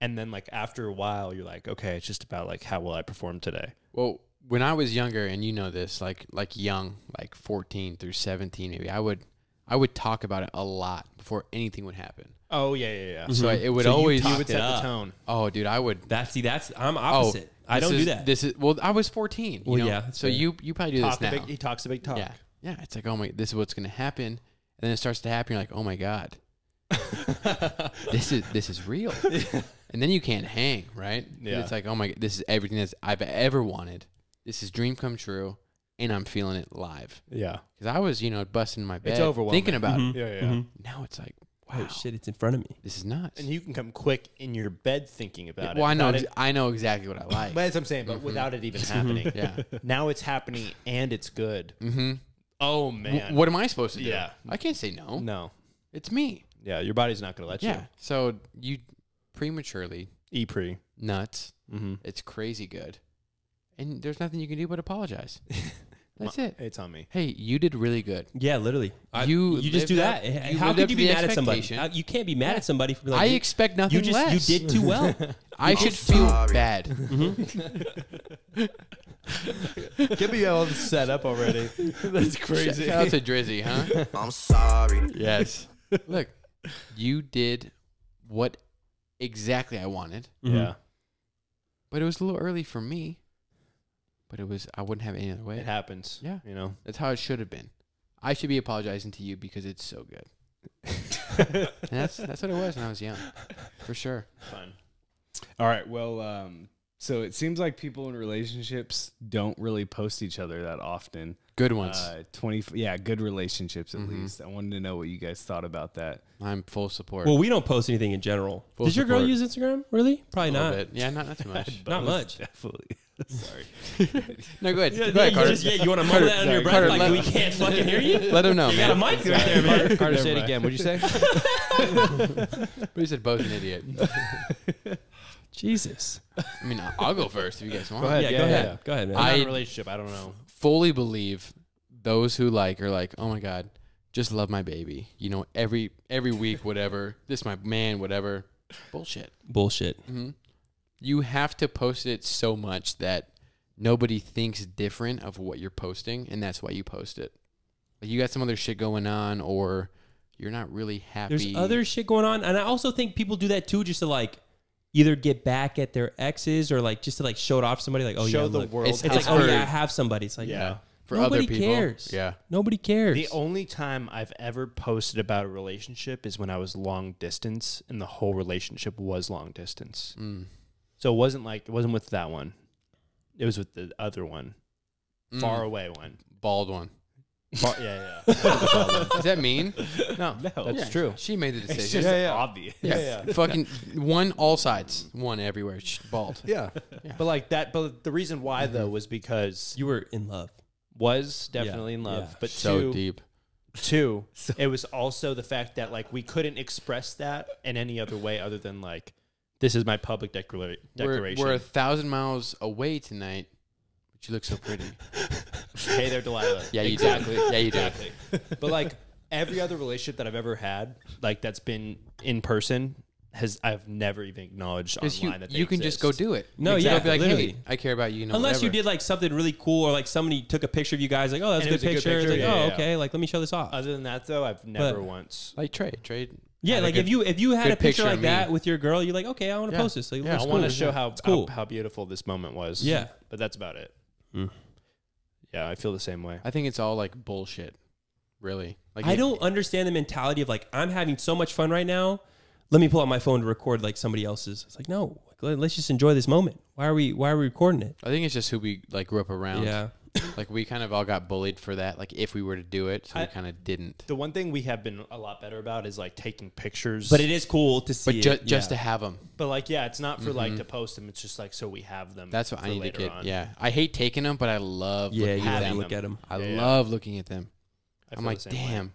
Speaker 1: and then like after a while, you're like, okay, it's just about like how will I perform today?
Speaker 2: Well, when I was younger, and you know this, like like young, like fourteen through seventeen, maybe I would I would talk about it a lot before anything would happen.
Speaker 1: Oh yeah, yeah, yeah.
Speaker 4: Mm-hmm.
Speaker 2: So it would always.
Speaker 1: You would
Speaker 4: it
Speaker 1: set the
Speaker 4: up.
Speaker 1: tone.
Speaker 2: oh, dude, I would.
Speaker 4: That's see, that's I'm
Speaker 2: Oh,
Speaker 4: opposite. I
Speaker 2: this
Speaker 4: don't
Speaker 2: is,
Speaker 4: do that.
Speaker 2: This is well, I was fourteen. You
Speaker 4: Well,
Speaker 2: know?
Speaker 4: yeah, that's
Speaker 2: So
Speaker 4: fair.
Speaker 2: you you probably do
Speaker 1: Talk
Speaker 2: this
Speaker 1: the
Speaker 2: now.
Speaker 1: big, he talks a big talk.
Speaker 2: Yeah. Yeah. It's like, oh my, this is what's going to happen. And then it starts to happen. You're like, oh my God. this is this is real. and then you can't hang, right? And
Speaker 1: Yeah.
Speaker 2: It's like, oh my, this is everything that I've ever wanted. This is dream come true. And I'm feeling it live.
Speaker 1: Yeah,
Speaker 2: Because I was, you know, busting my bed.
Speaker 1: overwhelming.
Speaker 2: Thinking about
Speaker 4: Mhm.
Speaker 2: it.
Speaker 1: yeah, yeah.
Speaker 2: Now it's like, wow.
Speaker 4: oh shit, it's in front of me.
Speaker 2: This is nuts.
Speaker 1: And you can come quick in your bed thinking about it.
Speaker 2: well, I know,
Speaker 1: without
Speaker 2: ex-
Speaker 1: it-
Speaker 2: I know exactly what I like.
Speaker 1: But as I'm saying, but without it even happening,
Speaker 2: yeah.
Speaker 1: Now it's happening and it's good.
Speaker 2: Mm-hmm.
Speaker 1: Oh man,
Speaker 2: What am I supposed to do?
Speaker 1: Yeah.
Speaker 2: I can't say no.
Speaker 1: No,
Speaker 2: It's me.
Speaker 1: yeah, your body's not gonna let
Speaker 2: Yeah. So you prematurely
Speaker 1: you. E pre.
Speaker 2: nuts.
Speaker 1: Mm-hmm.
Speaker 2: It's crazy good. And there's nothing you can do but apologize. That's it.
Speaker 1: It's on me.
Speaker 2: Hey, you did really good.
Speaker 4: Yeah, literally. I-
Speaker 2: You
Speaker 4: you just
Speaker 2: lived
Speaker 4: do that.
Speaker 2: up- you
Speaker 4: How
Speaker 2: lived up
Speaker 4: could you
Speaker 2: to
Speaker 4: be
Speaker 2: the
Speaker 4: mad at somebody?
Speaker 2: expectation.
Speaker 4: How- You can't be mad at somebody for like
Speaker 2: I
Speaker 4: you-
Speaker 2: expect nothing
Speaker 4: you just
Speaker 2: less.
Speaker 4: you did too well.
Speaker 2: I should feel bad.
Speaker 1: Give me all set up already. That's crazy.
Speaker 2: Shout out to Drizzy, huh?
Speaker 7: I'm sorry.
Speaker 2: yes. Look, you did what exactly I wanted,
Speaker 1: Yeah,
Speaker 2: but it was a little early for me. But it was I wouldn't have it any other
Speaker 4: Mm-hmm.
Speaker 2: way.
Speaker 1: it happens.
Speaker 2: Yeah.
Speaker 1: you know.
Speaker 2: That's how it should have been. I should be apologizing to you because it's so good. And that's that's what it was when I was young, for sure.
Speaker 1: Fun.
Speaker 5: All right. Well, um, so it seems like people in relationships don't really post each other that often.
Speaker 2: Good ones.
Speaker 5: Uh, Twenty, yeah, good relationships at
Speaker 2: Mhm.
Speaker 5: least. I wanted to know what you guys thought about that.
Speaker 2: I'm full support.
Speaker 4: Well, we don't post anything in general.
Speaker 2: Full
Speaker 4: Did your girl
Speaker 2: support.
Speaker 4: use Instagram? Really? Probably
Speaker 2: A little
Speaker 4: not.
Speaker 2: bit. Yeah, not, not too much.
Speaker 4: Not much.
Speaker 5: Definitely.
Speaker 2: No, go ahead.
Speaker 4: Yeah,
Speaker 2: go ahead,
Speaker 4: you
Speaker 2: Carter.
Speaker 4: just, yeah, you want to mull
Speaker 2: Carter,
Speaker 4: that under your breath
Speaker 2: Carter,
Speaker 4: like
Speaker 2: let-
Speaker 4: we can't fucking hear you?
Speaker 2: Let him know,
Speaker 4: You got a
Speaker 2: man.
Speaker 4: mic
Speaker 1: uh,
Speaker 4: right there, man.
Speaker 1: Carter, say it again. What'd you say?
Speaker 2: But he said Bo's an idiot.
Speaker 4: Jesus.
Speaker 2: I mean, I- I'll go first if you guys want.
Speaker 1: Go ahead.
Speaker 4: Yeah,
Speaker 1: Yeah,
Speaker 4: go
Speaker 1: yeah,
Speaker 4: ahead.
Speaker 1: yeah.
Speaker 4: Go ahead, man.
Speaker 2: I-
Speaker 1: I, relationship. I don't know.
Speaker 2: fully believe those who like are like, oh my god, just love my baby. You know, every every week, whatever. this my man, whatever. Bullshit.
Speaker 4: Bullshit.
Speaker 2: hmm You have to post it so much that nobody thinks different of what you're posting, and that's why you post it. Like you got some other shit going on, or you're not really happy.
Speaker 4: There's other shit going on, and I also think people do that too, just to like either get back at their exes or like just to like show it off to somebody. Like, oh
Speaker 1: Show
Speaker 4: yeah,
Speaker 1: the
Speaker 4: look.
Speaker 1: world.
Speaker 2: It's-
Speaker 4: It's like,
Speaker 2: how
Speaker 4: oh
Speaker 2: for-
Speaker 4: yeah, I have somebody. It's like,
Speaker 1: Yeah.
Speaker 4: yeah,
Speaker 2: for
Speaker 4: nobody
Speaker 2: other people.
Speaker 4: cares.
Speaker 2: Yeah,
Speaker 4: nobody cares.
Speaker 1: The only time I've ever posted about a relationship is when I was long distance, and the whole relationship was long distance.
Speaker 4: Mm.
Speaker 1: So it wasn't like it wasn't with that one. It was with the other one,
Speaker 2: Mm.
Speaker 1: far away one.
Speaker 2: bald one.
Speaker 1: Far, yeah, yeah.
Speaker 2: Does that mean?
Speaker 1: no, that's
Speaker 2: Yeah,
Speaker 1: true.
Speaker 2: She made the decision.
Speaker 5: obvious.
Speaker 2: Yeah, fucking one all sides, one everywhere, Sh- bald.
Speaker 1: Yeah. but like that. But the reason why
Speaker 2: Mm-hmm.
Speaker 1: though was because
Speaker 4: you were in love.
Speaker 1: was definitely in love,
Speaker 4: yeah.
Speaker 1: but
Speaker 2: So
Speaker 1: two,
Speaker 2: deep.
Speaker 1: two, it was also the fact that like we couldn't express that in any other way other than like this is my public declara-
Speaker 2: We're,
Speaker 1: declaration.
Speaker 2: we're a thousand miles away tonight, but you look so pretty.
Speaker 1: hey there, Delilah.
Speaker 2: Yeah, you exactly. do. Yeah, you do.
Speaker 1: but like every other relationship that I've ever had, like that's been in person, has I've never even acknowledged
Speaker 2: Because you,
Speaker 1: online that they
Speaker 2: you can just go
Speaker 1: exist.
Speaker 2: do it.
Speaker 4: No,
Speaker 2: you
Speaker 4: yeah,
Speaker 2: don't be like,
Speaker 4: literally.
Speaker 2: hey, I care about you. you know,
Speaker 4: Unless you
Speaker 2: whatever.
Speaker 4: did like something really cool, or like somebody took a picture of you guys, like, oh, that's a
Speaker 1: And it
Speaker 4: good,
Speaker 1: was a good
Speaker 4: picture. It's
Speaker 1: picture,
Speaker 4: like,
Speaker 1: yeah,
Speaker 4: oh,
Speaker 1: yeah,
Speaker 4: okay, like let me show this
Speaker 2: Uh,
Speaker 4: off.
Speaker 1: Other than that, though, I've never once.
Speaker 2: like trade, trade.
Speaker 4: yeah,
Speaker 2: had a
Speaker 4: like if
Speaker 2: good-
Speaker 4: you if you had
Speaker 2: good
Speaker 4: a picture,
Speaker 2: picture of
Speaker 4: like that
Speaker 2: me.
Speaker 4: with your girl, you're like, okay, I want to
Speaker 2: Yeah.
Speaker 4: post this. Like,
Speaker 2: Yeah,
Speaker 4: looks
Speaker 1: I
Speaker 2: It's
Speaker 1: want to
Speaker 4: cool.
Speaker 1: show how,
Speaker 4: It's cool.
Speaker 1: how how beautiful this moment was.
Speaker 4: Yeah.
Speaker 1: but that's about it. Yeah, I feel the same way.
Speaker 2: Mm. I think it's all like bullshit. Really, like
Speaker 4: I
Speaker 2: it-
Speaker 4: don't understand the mentality of like I'm having so much fun right now. Let me pull out my phone to record like somebody else's. It's like no, like, let- let's just enjoy this moment. Why are we Why are we recording it?
Speaker 2: I think it's just who we like grew up around.
Speaker 4: Yeah,
Speaker 2: like we kind of all got bullied for that. Like if we were to do it, so
Speaker 1: I-
Speaker 2: we kind of didn't.
Speaker 1: The one thing we have been a lot better about is like taking pictures.
Speaker 4: but it is cool to see.
Speaker 2: But ju-
Speaker 4: it.
Speaker 2: just to
Speaker 4: yeah. Mm-hmm.
Speaker 2: have them.
Speaker 1: but like yeah, it's not for like to post them. It's just like so we have them.
Speaker 2: Mm-hmm. That's what
Speaker 1: for
Speaker 2: I need to
Speaker 1: later
Speaker 2: get.
Speaker 1: on.
Speaker 2: Yeah, I hate taking them, but I love
Speaker 4: yeah,
Speaker 2: looking at
Speaker 4: you have
Speaker 1: having
Speaker 4: to
Speaker 2: them.
Speaker 4: look at them.
Speaker 2: I
Speaker 1: Yeah, yeah.
Speaker 2: love looking at them.
Speaker 1: I
Speaker 2: I'm
Speaker 1: feel
Speaker 2: like,
Speaker 1: the same way.
Speaker 2: damn,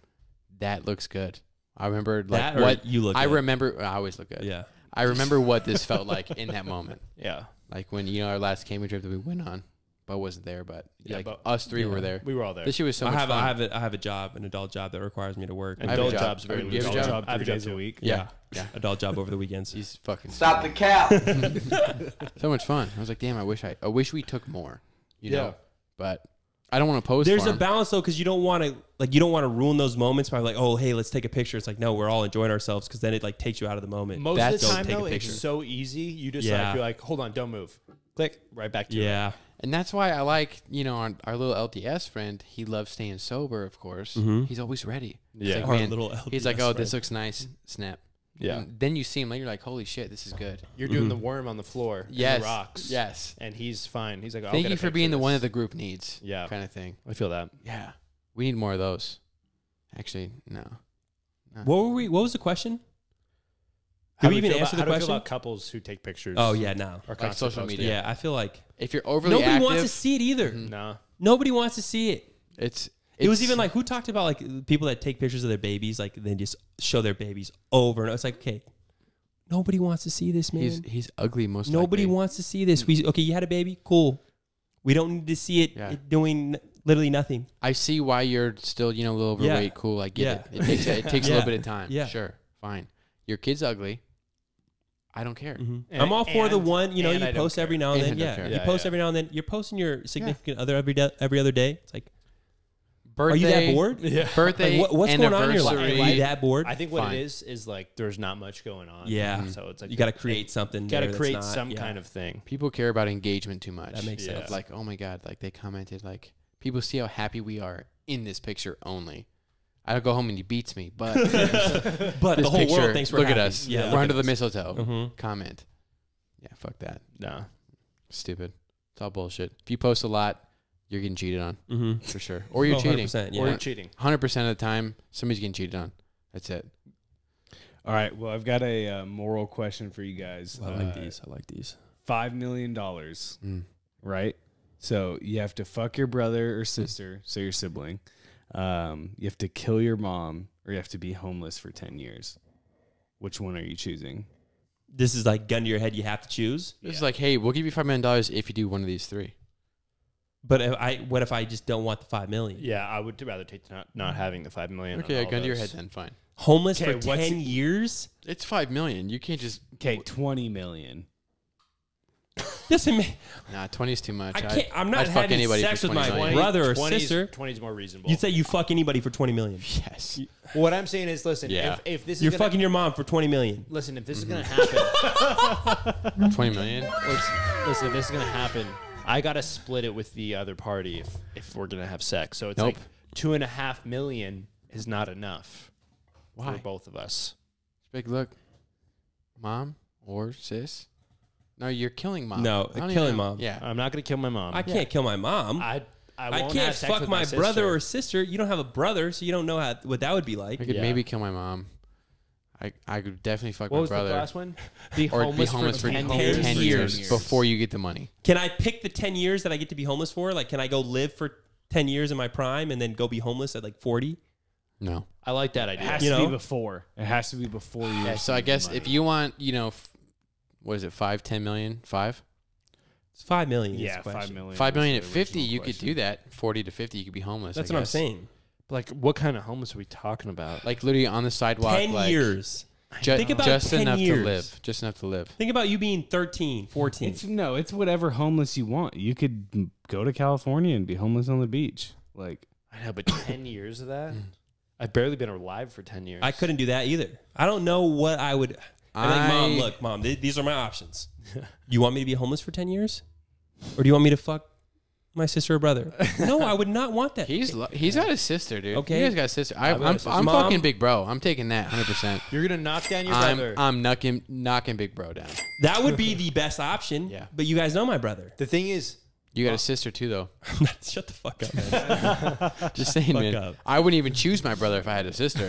Speaker 2: that looks good. I remember like
Speaker 4: That or
Speaker 2: what
Speaker 4: you look
Speaker 2: I
Speaker 4: good?
Speaker 2: remember. I always look good.
Speaker 4: Yeah,
Speaker 2: I remember what this felt like in that moment.
Speaker 1: Yeah,
Speaker 2: Like when you know our last camping trip that we went on, Bo wasn't there, but
Speaker 1: Yeah,
Speaker 2: like
Speaker 1: Bo-
Speaker 2: us three were
Speaker 4: yeah.
Speaker 2: there.
Speaker 1: we were all there.
Speaker 2: This shit was so
Speaker 4: I
Speaker 2: much
Speaker 4: have
Speaker 2: fun.
Speaker 4: I have a, I have a job, an adult job that requires me to work.
Speaker 2: I
Speaker 1: And
Speaker 2: have a
Speaker 1: adult
Speaker 2: job.
Speaker 1: jobs very
Speaker 2: Do you have a
Speaker 1: lucrative.
Speaker 2: job?
Speaker 1: I have a job
Speaker 5: days a
Speaker 1: too.
Speaker 5: week.
Speaker 4: yeah,
Speaker 2: Yeah.
Speaker 4: adult job over the weekends.
Speaker 2: He's fucking
Speaker 7: Stop the cap.
Speaker 2: so much fun. I was like, damn, I wish I, I wish we took more. You
Speaker 1: Yeah.
Speaker 2: know, but I don't want to post.
Speaker 4: There's
Speaker 2: for
Speaker 4: a
Speaker 2: 'em.
Speaker 4: balance though, because you don't want to like you don't want to ruin those moments by like, oh hey, let's take a picture. It's like no, we're all enjoying ourselves because then it like takes you out of the moment.
Speaker 1: Most
Speaker 2: That's
Speaker 1: of the
Speaker 2: dope.
Speaker 1: time,
Speaker 2: Take a
Speaker 1: though, it's
Speaker 2: picture.
Speaker 1: so easy. You just
Speaker 4: Yeah.
Speaker 1: like you're like, hold on, don't move. Click right back to it.
Speaker 4: yeah,
Speaker 2: And that's why I like, you know, our, our little LDS friend. He loves staying sober, of course. He's always ready. It's
Speaker 1: Yeah.
Speaker 2: like,
Speaker 4: Our
Speaker 2: man,
Speaker 4: little
Speaker 2: He's like,
Speaker 4: LDS
Speaker 2: oh, this looks nice. Snap.
Speaker 1: Yeah.
Speaker 2: And then you see him later, like, holy shit, this is good.
Speaker 1: You're doing the worm on the floor. and
Speaker 2: Mm-hmm. Yes.
Speaker 1: the rocks.
Speaker 2: Yes.
Speaker 1: and he's fine. He's like, I'll
Speaker 2: Thank
Speaker 1: get
Speaker 2: you
Speaker 1: a
Speaker 2: for
Speaker 1: picture
Speaker 2: being
Speaker 1: of
Speaker 2: the one
Speaker 1: this.
Speaker 2: that the group needs.
Speaker 1: Yeah.
Speaker 2: Kind of thing.
Speaker 1: I feel that.
Speaker 2: Yeah. We need more of those. Actually, no.
Speaker 4: What were we? What was the question?
Speaker 1: How
Speaker 4: we
Speaker 1: do you
Speaker 4: even
Speaker 1: feel about-
Speaker 4: answer the
Speaker 1: how do you feel
Speaker 4: question?
Speaker 1: about couples who take pictures?
Speaker 4: Oh yeah, no.
Speaker 1: Or
Speaker 2: Like social media.
Speaker 4: Yeah, I feel like
Speaker 2: If you're overly
Speaker 4: nobody
Speaker 2: active,
Speaker 4: wants to see it either.
Speaker 1: No.
Speaker 4: Nobody wants to see it.
Speaker 2: it's,
Speaker 4: It was
Speaker 2: it's-
Speaker 4: even like who talked about like people that take pictures of their babies, like they just show their babies over and it's like, okay, nobody wants to see this, man.
Speaker 2: he's he's ugly most.
Speaker 4: nobody
Speaker 2: likely.
Speaker 4: wants to see
Speaker 2: Hmm.
Speaker 4: this. We okay, you had a baby, cool. We don't need to see it,
Speaker 2: Yeah.
Speaker 4: it doing n- literally nothing.
Speaker 2: I see why you're still, you know, a little
Speaker 4: Yeah.
Speaker 2: overweight. Cool, I get
Speaker 4: Yeah.
Speaker 2: it. It takes it takes a
Speaker 4: Yeah.
Speaker 2: little bit of time.
Speaker 4: Yeah.
Speaker 2: Sure, fine. Your kid's ugly. I don't
Speaker 4: Mm-hmm.
Speaker 2: care.
Speaker 1: And-
Speaker 4: I'm all for the
Speaker 1: Mm-hmm. and-
Speaker 4: one, you know,
Speaker 1: and
Speaker 4: you
Speaker 1: I don't
Speaker 4: post
Speaker 1: care.
Speaker 4: every now and
Speaker 2: And I
Speaker 4: then.
Speaker 2: don't
Speaker 4: Yeah,
Speaker 2: care.
Speaker 4: you
Speaker 1: Yeah,
Speaker 4: post
Speaker 1: yeah.
Speaker 4: every now and then. You're posting your significant other every day, every other day. It's like,
Speaker 2: Birthday,
Speaker 4: are you that bored?
Speaker 2: Birthday,
Speaker 4: Like, what, what's going on in your life?
Speaker 2: anniversary.
Speaker 4: Are you that bored?
Speaker 1: I think what
Speaker 2: Fine.
Speaker 1: it is is like there's not much going on. Mm-hmm.
Speaker 4: Yeah.
Speaker 1: So it's like
Speaker 4: you got to create something.
Speaker 1: Got
Speaker 4: there
Speaker 1: to
Speaker 4: that's
Speaker 1: create
Speaker 4: not-
Speaker 1: some
Speaker 4: yeah.
Speaker 1: kind of thing.
Speaker 2: People care about engagement too much.
Speaker 4: That makes
Speaker 1: Yeah.
Speaker 4: sense.
Speaker 2: Of Like, oh my god, like they commented, like people see how happy we are in this picture only. I don't go home and he beats me, but
Speaker 4: but
Speaker 2: this
Speaker 4: the whole
Speaker 2: picture,
Speaker 4: world thinks we're
Speaker 2: look
Speaker 4: happy.
Speaker 2: at us.
Speaker 4: Yeah,
Speaker 2: we're
Speaker 4: look
Speaker 2: under
Speaker 4: at
Speaker 2: the
Speaker 4: us.
Speaker 2: mistletoe.
Speaker 4: Mhm.
Speaker 2: Comment. Yeah, fuck that.
Speaker 1: No.
Speaker 2: Stupid. It's all bullshit. If you post a lot, you're getting cheated on
Speaker 4: Mhm.
Speaker 2: for sure, or you're
Speaker 4: Oh,
Speaker 2: cheating.
Speaker 4: 100%,
Speaker 1: Or
Speaker 4: yeah.
Speaker 1: you're cheating.
Speaker 2: hundred percent of the time, somebody's getting cheated on. That's it.
Speaker 5: All right. Well, I've got a uh, moral question for you guys.
Speaker 4: I like
Speaker 5: Uh,
Speaker 4: these. I like these. Mm.
Speaker 5: Five million dollars. right? So you have to fuck your brother or sister, so your sibling. Um, you have to kill your mom, or you have to be homeless for ten years. Which one are you choosing?
Speaker 4: This is like gun to your head. You have to choose.
Speaker 2: It's like, hey, we'll give you five million dollars if you do one of these three.
Speaker 4: But if I, what if I just don't want the five million?
Speaker 1: Yeah, I would rather take not not having the five million.
Speaker 2: Okay, I gun to your head then. Fine.
Speaker 4: Homeless for
Speaker 1: Okay, what's
Speaker 4: ten years?
Speaker 2: It's five million. You can't just
Speaker 5: Okay, twenty million.
Speaker 4: Listen, man,
Speaker 2: nah. Twenty is too much.
Speaker 4: I
Speaker 2: I'd-
Speaker 4: can't. I'm not
Speaker 2: I'd
Speaker 4: having
Speaker 2: anybody
Speaker 4: sex
Speaker 2: for
Speaker 4: with my
Speaker 2: 20 million.
Speaker 4: brother or sister.
Speaker 1: Twenty is more reasonable.
Speaker 4: You'd say you fuck anybody for twenty million.
Speaker 2: Yes.
Speaker 1: what I'm saying is, listen,
Speaker 2: Yeah.
Speaker 1: if, if this is
Speaker 4: You're
Speaker 1: gonna,
Speaker 4: fucking Mm-hmm. your mom for twenty million.
Speaker 1: listen, if this is gonna happen,
Speaker 2: Twenty million.
Speaker 1: listen, listen, if this is gonna happen, I gotta split it with the other party if if we're gonna have sex. So it's
Speaker 2: Nope.
Speaker 1: like two and a half million is not enough
Speaker 2: Why?
Speaker 1: for both of us.
Speaker 2: Big look, mom or sis. No, you're killing mom.
Speaker 4: No,
Speaker 2: I don't
Speaker 4: killing
Speaker 2: even-
Speaker 4: mom.
Speaker 2: Yeah.
Speaker 1: I'm not gonna kill my mom.
Speaker 4: I can't kill my mom. I,
Speaker 1: Um, I I, won't
Speaker 4: can't
Speaker 1: have sex
Speaker 4: fuck
Speaker 1: with
Speaker 4: my,
Speaker 1: my
Speaker 4: brother
Speaker 1: sister.
Speaker 4: or sister. You don't have a brother, so you don't know how what that would be like.
Speaker 2: I could
Speaker 1: Yeah.
Speaker 2: maybe kill my mom. I I could definitely fuck
Speaker 1: What
Speaker 2: my
Speaker 1: was
Speaker 2: brother.
Speaker 1: the last one? Be
Speaker 2: Or
Speaker 1: homeless,
Speaker 2: be homeless
Speaker 1: for, 10,
Speaker 4: years?
Speaker 1: years.
Speaker 2: 10
Speaker 4: For
Speaker 2: years
Speaker 4: 10 years.
Speaker 2: before you get the money.
Speaker 4: Can I pick the 10 years that I get to be homeless for? Like, can I go live for 10 years in my prime and then go be homeless at like 40?
Speaker 2: No.
Speaker 1: I like that
Speaker 5: It
Speaker 1: idea.
Speaker 5: has
Speaker 4: You
Speaker 5: to
Speaker 4: know?
Speaker 5: be before. It has to be before you.
Speaker 2: Yeah, so
Speaker 5: receive
Speaker 2: I
Speaker 5: the
Speaker 2: guess
Speaker 5: money.
Speaker 2: if you want, you know, f- what is it, five, ten million, five,
Speaker 4: It's 5 million. is
Speaker 5: yeah,
Speaker 4: the question.
Speaker 5: five million.
Speaker 2: five million at
Speaker 5: was the original
Speaker 2: fifty, you
Speaker 5: question.
Speaker 2: could do that. Forty to fifty, you could be homeless.
Speaker 4: That's
Speaker 2: I
Speaker 4: what I'm
Speaker 2: guess.
Speaker 4: saying.
Speaker 1: Like, what kind of homeless are we talking about?
Speaker 2: Like literally on the sidewalk.
Speaker 4: 10
Speaker 2: like,
Speaker 4: years.
Speaker 2: ju-
Speaker 4: Think about
Speaker 2: just
Speaker 4: 10
Speaker 2: enough
Speaker 4: years.
Speaker 2: to live. Just enough to live.
Speaker 4: Think about you being 13, 14.
Speaker 5: It's no, it's whatever homeless you want. You could m- go to California and be homeless on the beach. Like
Speaker 1: I know, but 10 years of that? I've barely been alive for 10 years.
Speaker 4: I couldn't do that either. I don't know what I would. I'm like, mom,
Speaker 2: I-
Speaker 4: look, mom, th- these are my options. you want me to be homeless for 10 years? Or do you want me to fuck my sister or brother? no, I would not want that.
Speaker 2: He's lo- he's got a sister, dude.
Speaker 4: Okay.
Speaker 2: he has got a sister. I, I'm
Speaker 4: got a
Speaker 2: I'm,
Speaker 4: sister.
Speaker 2: I'm
Speaker 4: Mom.
Speaker 2: fucking big bro. I'm taking that 100. percent
Speaker 1: You're going to knock down your
Speaker 2: I'm
Speaker 1: brother.
Speaker 2: I'm knocking knocking big bro down.
Speaker 4: that would be the best option.
Speaker 2: Yeah.
Speaker 4: But you guys know my brother.
Speaker 1: the thing is,
Speaker 2: You got a sister too, though.
Speaker 4: Shut the fuck up, man.
Speaker 2: Just saying, man.
Speaker 4: up.
Speaker 2: I wouldn't even choose my brother if I had a sister.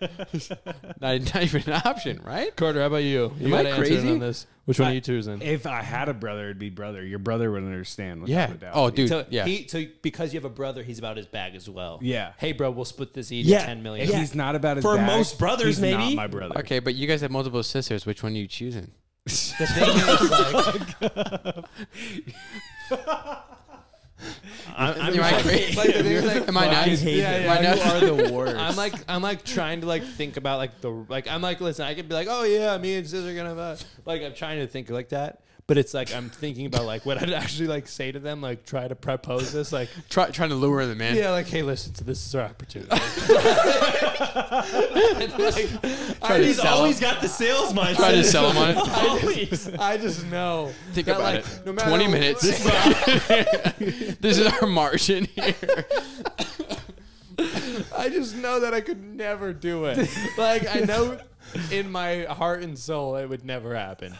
Speaker 2: not, not even an option, right?
Speaker 1: Carter, how about you? You
Speaker 2: Am I
Speaker 1: gotta answer it
Speaker 2: crazy?
Speaker 1: on this. Which one are you choosing?
Speaker 5: if I had a brother, it'd be brother. Your brother would understand. Without
Speaker 2: Yeah.
Speaker 5: A doubt.
Speaker 2: Oh, dude.
Speaker 1: So,
Speaker 2: yeah.
Speaker 1: he, so because you have a brother, he's about his bag as well.
Speaker 5: Yeah.
Speaker 1: Hey, bro, we'll split this each
Speaker 4: Yeah.
Speaker 1: 10 million.
Speaker 5: If
Speaker 4: Yeah.
Speaker 5: he's not about his
Speaker 4: For
Speaker 5: bag,
Speaker 4: most brothers,
Speaker 5: he's not
Speaker 4: maybe.
Speaker 5: my brother.
Speaker 2: okay, but you guys have multiple sisters. Which one are you choosing?
Speaker 1: The thing is, like, I'm, I'm
Speaker 2: Am I
Speaker 1: just like-
Speaker 2: crazy?
Speaker 1: like, the thing is, like,
Speaker 2: Am I not?
Speaker 4: hate
Speaker 2: am
Speaker 1: yeah,
Speaker 2: I
Speaker 1: yeah,
Speaker 2: not-
Speaker 1: you are the worst. I'm like, I'm like trying to like think about like the like. I'm like, listen, I could be like, oh yeah, me and sis are gonna uh, like. I'm trying to think like that, but it's like I'm thinking about like what I'd actually like say to them, like try to propose this, like
Speaker 2: Try, trying to lure them in.
Speaker 1: yeah, like hey, listen, so this is our opportunity. And, like, I,
Speaker 2: to
Speaker 1: just,
Speaker 2: sell
Speaker 4: always
Speaker 2: 'em.
Speaker 4: got the sales mindset.
Speaker 2: Try to sell them on it.
Speaker 4: Always.
Speaker 1: I just know.
Speaker 2: Think
Speaker 1: that,
Speaker 2: about
Speaker 1: like,
Speaker 2: it.
Speaker 1: no matter
Speaker 2: 20
Speaker 1: what-
Speaker 2: minutes. this is our margin here.
Speaker 1: I just know that I could never do it. Like I know in my heart and soul it would never happen.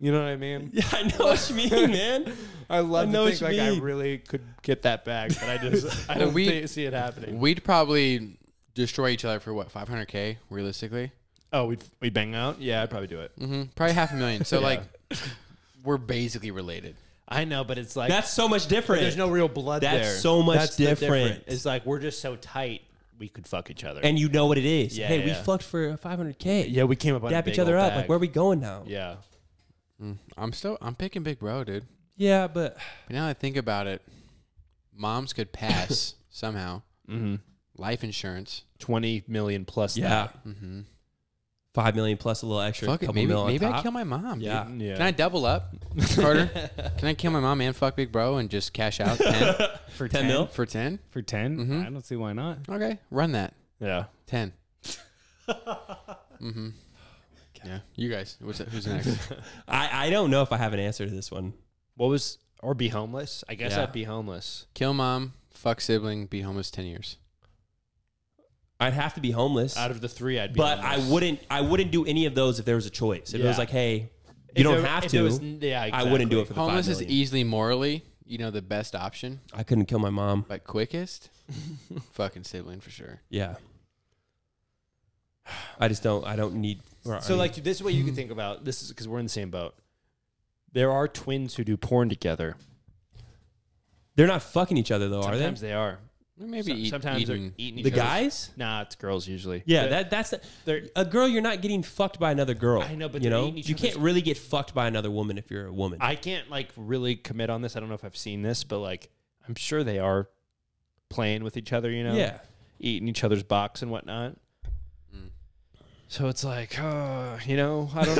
Speaker 1: You know what I mean?
Speaker 4: Yeah, I know what you mean, man.
Speaker 1: I love
Speaker 4: I know what
Speaker 1: to think
Speaker 4: you
Speaker 1: like I
Speaker 4: mean.
Speaker 1: really could get that back, but I just I
Speaker 2: Well,
Speaker 1: don't
Speaker 2: we-
Speaker 1: thi- see it happening.
Speaker 2: We'd probably destroy each other for what 500k realistically.
Speaker 1: Oh, we we bang out? Yeah, I'd probably do it.
Speaker 2: hmm Probably half a million. So like, we're basically related.
Speaker 1: I know, but it's like
Speaker 4: That's so much different.
Speaker 1: there's no real blood
Speaker 4: That's
Speaker 1: there.
Speaker 4: so much
Speaker 1: the
Speaker 4: different.
Speaker 1: It's like we're just so tight we could fuck each other.
Speaker 4: and you know what it is.
Speaker 1: Yeah,
Speaker 4: hey, we
Speaker 1: yeah.
Speaker 4: fucked for 500k.
Speaker 1: yeah, we came up on
Speaker 4: dap
Speaker 1: a big
Speaker 4: each other
Speaker 1: old
Speaker 4: up.
Speaker 1: bag.
Speaker 4: Like, where are we going now? Yeah,
Speaker 1: Yeah.
Speaker 2: I'm still I'm picking Big Bro, dude.
Speaker 4: but
Speaker 2: But now that I think about it, moms could pass somehow.
Speaker 1: Mm-hmm.
Speaker 2: Life insurance.
Speaker 1: 20 million plus
Speaker 4: yeah,
Speaker 2: Mm-hmm.
Speaker 4: five million plus a little extra.
Speaker 2: Fuck it.
Speaker 4: couple
Speaker 2: Maybe
Speaker 4: mil on
Speaker 2: maybe I
Speaker 4: top.
Speaker 2: kill my mom.
Speaker 4: Yeah.
Speaker 2: dude.
Speaker 1: that. Yeah.
Speaker 2: Can I double up, Carter? Can I kill my mom and fuck Big Bro and just cash out 10
Speaker 5: For
Speaker 4: 10
Speaker 5: ten,
Speaker 4: mil?
Speaker 2: for 10?
Speaker 5: For 10
Speaker 2: Mhm.
Speaker 5: I don't see why not.
Speaker 2: Okay, run that.
Speaker 1: yeah.
Speaker 2: 10. mm-hmm. Yeah, you guys. What's who's next?
Speaker 4: I, I don't know if I have an answer to this one.
Speaker 1: What was or be homeless? I guess
Speaker 2: Yeah.
Speaker 1: I'd be homeless.
Speaker 2: Kill mom, fuck sibling, be homeless 10 years.
Speaker 4: I'd have to be homeless,
Speaker 1: Out of the 3 I'd be
Speaker 4: but I
Speaker 1: homeless.
Speaker 4: wouldn't. I wouldn't do any of those if there was a choice. If it
Speaker 1: Yeah.
Speaker 4: was like, hey, you
Speaker 1: If
Speaker 4: don't
Speaker 1: there-
Speaker 4: have
Speaker 1: if
Speaker 4: to.
Speaker 1: there was- yeah,
Speaker 4: I wouldn't do
Speaker 1: exactly.
Speaker 4: it for the
Speaker 2: homeless
Speaker 4: five
Speaker 2: is
Speaker 4: million.
Speaker 2: easily morally, you know, the best option,
Speaker 4: I couldn't kill my mom.
Speaker 2: but quickest, fucking sibling for sure.
Speaker 4: Yeah. I just don't. I don't need.
Speaker 1: So like this is what you can think about. This is because we're in the same boat. There are twins who do porn together.
Speaker 4: They're not fucking each other though, are
Speaker 1: Sometimes
Speaker 4: they?
Speaker 1: they are.
Speaker 2: Or maybe
Speaker 1: So-
Speaker 2: eat,
Speaker 1: sometimes
Speaker 2: eating.
Speaker 1: they're eating each
Speaker 4: The
Speaker 1: other's-
Speaker 4: guys?
Speaker 1: Nah, it's girls usually.
Speaker 4: Yeah,
Speaker 1: They're-
Speaker 4: that that's
Speaker 1: they're-
Speaker 4: a girl. You're not getting fucked by another girl.
Speaker 1: I know, but
Speaker 4: you
Speaker 1: they're
Speaker 4: know
Speaker 1: eating each
Speaker 4: you can't
Speaker 1: other's-
Speaker 4: really get fucked by another woman if you're a woman.
Speaker 1: I can't like really commit on this. I don't know if I've seen this, but like I'm sure they are playing with each other. You know,
Speaker 4: Yeah,
Speaker 1: eating each other's box and whatnot. Mm. So it's like, uh, you know, I don't